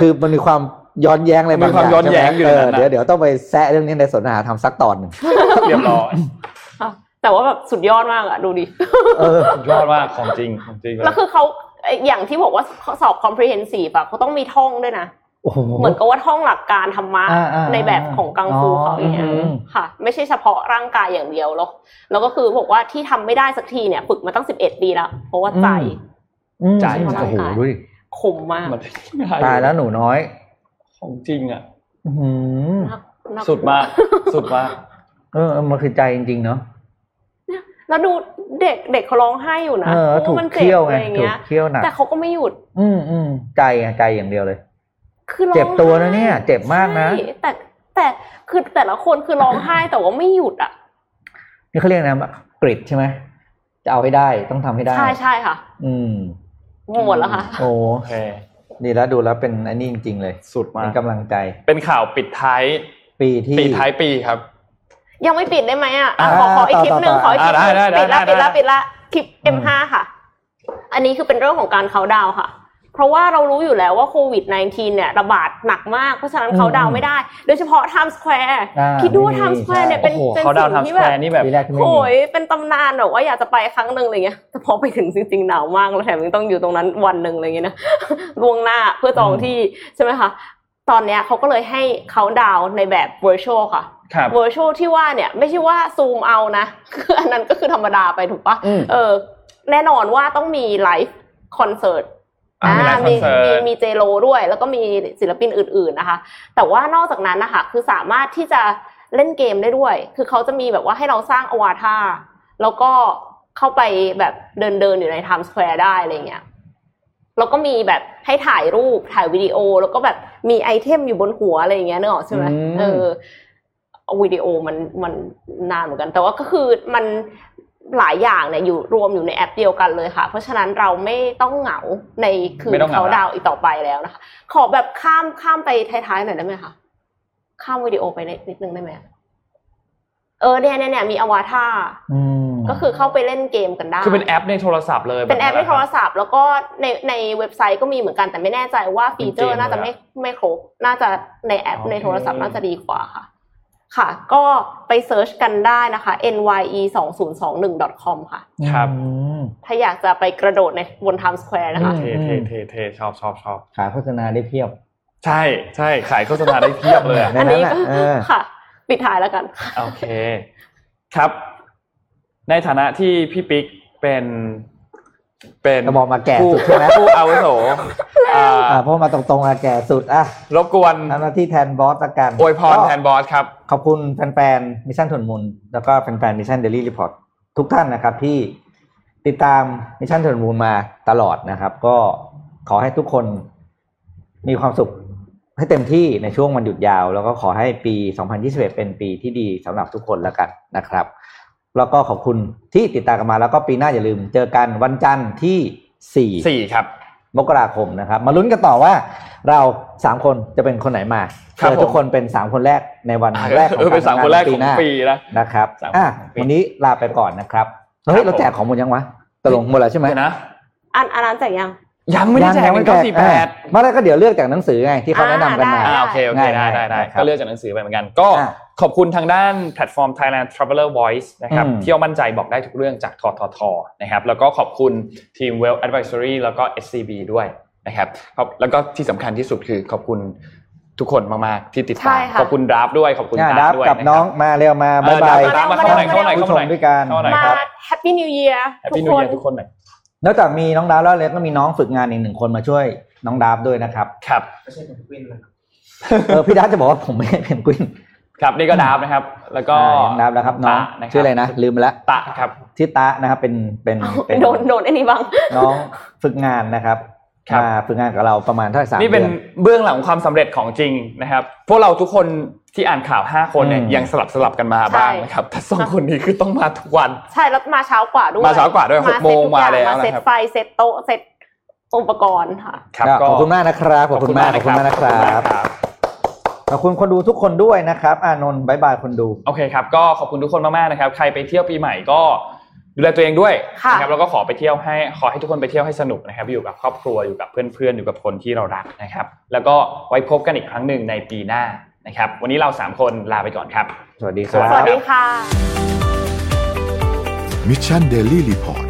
S4: คือมันมีความย้อนแย้งอะไรบางอ
S2: มีความ
S4: ย่าง
S2: ย้อนแย้ง
S4: ใช่ไห
S2: อ
S4: ม
S2: ยู่ใน
S4: เออ
S2: นั้นนะ
S4: เดี๋ยวเดี๋ยวต้องไปแซะเรื่องนี้ในสนทนาทำสักตอน หนึ่ง
S2: เรียบร้อย
S3: อ่ะแต่ว่าแบบสุดยอดมากอะดูดิ
S4: เออ
S2: ยอดมากของจริงของจริงเลย
S3: แล้วคือเขาไอ้อย่างที่บอกว่าสอบ comprehensive อะเขาต้องมีท่องด้วยนะ
S4: โอ้โห
S3: เหมือนกับว่าท่องหลักการธรรมะ
S4: อ่าอ่า
S3: ในแบบของกังฟู
S4: อ๋อ
S3: เขาอย่างเงี้ย
S4: อืม
S3: ค่ะ ไม่ใช่เฉพาะร่างกายอย่างเดียวหรอกแล้วก็คือบอกว่าที่ทำไม่ได้สักทีเนี่ยฝึกมาตั้งสิบเอ็ดปีแล้ว เพราะว่าใจ
S4: อืม
S3: ใจ
S4: โอ้โห
S3: ร่างกาย
S4: ดูดิ
S3: คมมาก
S2: มัน
S4: ตายแล้วหนูน้อย
S2: ของจริงอ่ะ
S4: อื้อหือ
S3: น่าก น่กลัว
S2: สุดมาก สุดมาก
S4: เออเออมันคือใจจริงๆเนาะ
S3: แล้วดูเด็กเด็กเขาร้องไห้อยู่นะ
S4: เออ
S3: พ
S4: ถู
S3: ราะ
S4: ก
S3: มันเจ็
S4: เคี่ย
S3: บ
S4: ว
S3: อะ
S4: ไง
S3: ไรอย่าง
S4: ถู
S3: เงี้
S4: ก
S3: ย
S4: เคี่ยวหนัก
S3: แต่เขาก็ไม่หยุด
S4: อืมอืมใจอะใจอย่างเดียวเลย
S3: คือร้อง
S4: เจ็บตัวนะเนี่ยเจ็บมากนะ
S3: ใช่แต่แต่คือแต่ละคนคือร้องไห้แต่ว่าไม่หยุดอ่ะ
S4: นี่เขาเรียกนะกริดใช่ไหมจะเอาให้ได้ต้องทำให้ได้
S3: ใช่ใช่ค่ะ
S4: อืม
S3: หมดแล้วค่ะ
S4: โอ้
S2: โอเค
S4: ดีแล้วดูแล้วเป็นอันนี้จริง ๆ เลย
S2: สุดมา
S4: เป็
S2: ก
S4: นกำลังใจ
S2: เป็นข่าวปิดท้าย
S4: ปีที่
S2: ปีท้ายปีครับ
S3: ยังไม่ปิดได้ไหมอ่ะ
S4: อ่า
S3: อ่ะขอขออีกคลิปหนึ่ง
S4: ต่อ
S3: ขออีกคลิปห
S2: อ่าได้
S3: นึ่ง
S2: ได้
S3: ปิด
S2: ได้
S3: ละปิดละ
S2: ได้
S3: ปิดละคลิป
S4: อืม
S3: M5 ค่ะ อันนี้คือเป็นเรื่องของการเขาน์ดาวน์ค่ะ เพราะว่าเรารู้อยู่แล้วว่าโควิด -19 เนี่ยระบาดหนักมาก เพราะฉะนั้น
S4: อืม
S3: เขาน์ดาวน์ไม่ได้ โดยเฉพาะ Times Square
S4: อ่า
S3: คิดดูว่า
S4: ไม่มี
S3: Times Square เนี่ย
S4: ป็
S3: เป็น
S2: โอ้โห
S3: เป็น
S2: เขาดาว
S3: สิ่
S2: น์ทำ
S3: ง
S2: ส
S3: ที่
S2: แค
S3: แบบ
S2: ร์นี่แบบ
S4: ปีแรกที่ไม่
S3: โอ้
S4: มี
S3: ยเป็นตำนานแบบว่าอยากจะไปครั้งหนึ่งอะไรเงี้ย แต่พอไปถึงจริงๆหนาวมากแล้วแถมยังต้องอยู่ตรงนั้นวันหนึ่งอะไรเงี้ยนะ ล่วงหน้าเพื่อจอง
S4: อืม
S3: ที่ใช่ไหมคะ ตอนเนี้ยเขาก็เลยให้เขาดาวน์ในแบบ virtual ค่ะ
S2: ครับ
S3: virtual ที่ว่าเนี่ยไม่ใช่ว่าซูมเอานะ คืออันนั้นก็คือธรรมดาไปถูกปะ
S4: อืม
S3: เออ แน่นอนว่าต้องมีไลฟ์คอนเสิร์ต
S2: อ่ามีไลฟ์คอนเสิร์ต
S3: มีมีเจโรด้วย แล้วก็มีศิลปินอื่น ๆนะคะ แต่ว่านอกจากนั้นนะคะคือสามารถที่จะเล่นเกมได้ด้วย คือเขาจะมีแบบว่าให้เราสร้างอวตารแล้วก็เข้าไปแบบเดินเดินๆอยู่ในไทม์สแควร์ได้อะไรเงี้ยแล้วก็มีแบบให้ถ่ายรูปถ่ายวิดีโอ แล้วก็แบบมีไอเทมอยู่บนหัวอะไรอย่างเงี้ยนึกออกใช่ไหม
S2: อืม
S3: เออวิดีโอมันมันนานเหมือนกัน แต่ว่าก็คือมันหลายอย่างเนี่ยอยู่รวมอยู่ในแอปเดียวกันเลยค่ะ เพราะฉะนั้นเราไม่ต้องเหงาในคื
S2: ไม่
S3: น
S2: ต้องเหงาละ
S3: เขาดาวน์อีกต่อไปแล้วนะคะ ขอแบบข้ามข้ามไปท้ายๆหน่อยได้ไหมคะ ข้ามวิดีโอไปนิดนิดนึงได้ไหมอะเออเนี่ยเนี่ยเนี่ยมีอวตาร
S4: อืม
S3: ก็คือเข้าไปเล่นเกมกันได้
S2: คือเป็นแอปในโทรศัพท์เลย
S3: เป็นแอปใน
S2: บบ
S3: โทร
S2: หะคบ
S3: ศัพท์ แล้วก็ในในเว็บไซต์ก็มีเหมือนกันแต่ไม่แน่ใจว่าฟีเจอ
S2: เป็
S3: ร์
S2: นเกม
S3: น่าจะ
S2: เลยอะ
S3: ไม่ไม่ครบ น่าจะในแอป
S2: โอเค
S3: ในโทรศัพท์น่าจะดีกว่าค่ะ ค่ะ ก็ไปเซิร์ชกันได้นะคะ nye 2 0 2 1 com ค่ะ
S2: ครับ
S4: อืม
S3: ถ้าอยากจะไปกระโดดในบน Times Square นะคะ
S4: อืม
S2: เทเทเทเทชอบชอบชอบ
S4: ขายโฆษณาได้เพียบ
S2: ใช่ใช่ขายโฆษณาได้เพียบเลยอะ
S4: ได้
S3: อันนี้ก็
S4: เออ
S3: ค่ะ ปิดท้ายแล้วกัน
S2: โอเค ครับ ในฐานะที่พี่ปิ๊กเป็น เป็น
S4: กระบอกมาแก่
S2: ผู้
S4: สุดใช่ไหม
S2: ผู้อาวุโสอ่า
S4: อ่าเพราะมาตรงๆอะแก่สุดอ่ะ
S2: รบกวน
S4: ทำหน้าที่แทนบอสละกัน
S2: อวยพร
S4: ก็
S2: แทนบอสครับ
S4: ขอบคุณแฟนๆมิชชั่นทนมุลแล้วก็แฟนๆมิชชั่นเดลี่รีพอร์ตทุกท่านนะครับที่ติดตามมิชชั่นทนมูลมาตลอดนะครับ ก็ขอให้ทุกคนมีความสุขให้เต็มที่ในช่วงวันหยุดยาว แล้วก็ขอให้ปี 2021 เป็นปีที่ดีสำหรับทุกคนแล้วกันนะครับ แล้วก็ขอบคุณที่ติดตามกันมาแล้วก็ปีหน้าอย่าลืม เจอกันวันจันทร์ที่ 4
S2: สี่ครับ
S4: มกราคมนะครับ มาลุ้นกันต่อว่าเราสามคนจะเป็นคนไหนมา
S2: ครับ
S4: เจอทุก
S2: ผม
S4: คนเป็นสามคนแรกในวันแรกของ
S2: เออเป็นสามคนแรกของปีนะ
S4: นะครับ
S2: สาม
S4: อ่ะ
S2: ของปี
S4: วันนี้ลาไปก่อนนะครับเฮ้
S2: ครั
S4: ย
S2: บ
S4: เราแจกของหมดยังวะตกลงหมดแล้วใช่ไหม
S2: เดี๋ยวนะ
S3: อันอันนั้นแจกยัง
S2: ยังไม่ได้แจกหนึ่งเก้าสี่แปด
S4: ไมาแล้วก็เดี๋ยวเลือกจากหนังสือไงที่เขาแนะนำกันมา
S3: อ่
S2: อ่าโอเคโอเคได้ได้
S4: ได้
S2: ได้
S4: ครับ
S2: ก็เลือกจากหนังสือไปเหมือนกัน ก็
S4: อ่ะ
S2: ขอบคุณทางด้านแพลตฟอร์ม Thailand Traveler Voice นะครับ
S4: อืม
S2: เที่ยวมั่นใจบอกได้ทุกเรื่องจากทททนะครับแล้วก็ขอบคุณทีม Well Advisory แล้วก็ SCB ด้วยนะครับครับแล้วก็ที่สำคัญที่สุดคือขอบคุณทุกคนมากๆที่ติด
S3: ใช่
S2: ตาม
S3: ค่ะ
S2: ขอบคุณดราฟด้วยขอบคุณ
S4: อ่ะ
S2: ตา
S4: ดับ
S2: ด้ว
S4: กับ
S2: ยะครั
S4: น้องมาเร็วมา
S2: เออบ
S4: ายบาย
S2: ดับดับมาเข้าหน่อยเข้าหน่อย
S4: ผู้
S2: เข้า
S4: ช
S2: ห
S4: ม
S2: น่อย
S4: ด้วยกัน
S2: เข้าหน่อย
S4: นะ
S3: มา
S4: ครับ
S3: Happy New Year
S2: แฮป
S3: ทุก
S2: ปี้นิ
S3: คว
S2: เยี
S3: น
S2: ยร์ทุกคนหน่อย
S4: นอกจากมีน้องดับแล้วเล็กก็มีน้องฝึกงานอีกหนึ่งคนมาช่วยน้องดับด้วยนะครับ
S2: ครับ
S4: เออพี่ดับจะบอกว่าผมไม่ใช่เพนกวิน
S2: ครับนี่ก็ดราฟนะครับ แล้วก็
S4: อ่ายังนับแล้วครับน้อง
S2: ตคบ
S4: ชื่ออะไรนะลืมไปละ
S2: ตะครับ
S4: ที่ตะนะครับเป็นเป็นเป็น
S3: โดนโดนไอ้นี่บ้าง
S4: น้องฝึกงานนะครับมาฝึกงานกับเราประมาณเท่าไหร่สาม
S2: นี่เป็น
S4: ดือ
S2: เบื้องหลังความสำเร็จของจริงนะครับพวกเราทุกคนที่อ่านข่าว 5 คนเนี่ย
S4: อืม
S2: ยังสลับสลับกันมาบ้างนะครับแต่สองคนนี้คือต้องมาทุกวัน
S3: ใช่แล้วมาเช้ากว่าด้วย
S2: มาเช้ากว่าด้วยหกโมง
S3: เซ็ตทุกอย่
S2: มาแล้ว
S3: เซ็ต
S2: นะครับ
S3: ไฟเซ็ตโต๊ะเซ็ตอุปกรณ์ค่ะ
S2: ครับ
S4: ก็ขอบคุณมากนะครับขอบคุณมากขอบคุณมากนะครับ
S2: ครับ
S4: ขอบคุณคนดูทุกคนด้วยนะครับ อานนท์บายบายคนดู
S2: โอเคครับ ก็ขอบคุณทุกคนมากๆนะครับ ใครไปเที่ยวปีใหม่ก็ดูแลตัวเองด้วย
S3: ค่ะ
S2: นะครับ แล้วก็ขอไปเที่ยวให้ขอให้ทุกคนไปเที่ยวให้สนุกนะครับ อยู่กับครอบครัว อยู่กับเพื่อนๆ อยู่กับคนที่เรารักนะครับ แล้วก็ไว้พบกันอีกครั้งหนึ่งในปีหน้านะครับ วันนี้เราสามคนลาไปก่อนครับ
S4: สวัสดีค
S2: สวัสดี
S3: ส
S4: รับ
S2: ครั
S3: วัส
S2: บ
S3: ดีค่ะ
S1: มิชชันเดลี่รีพอร์ต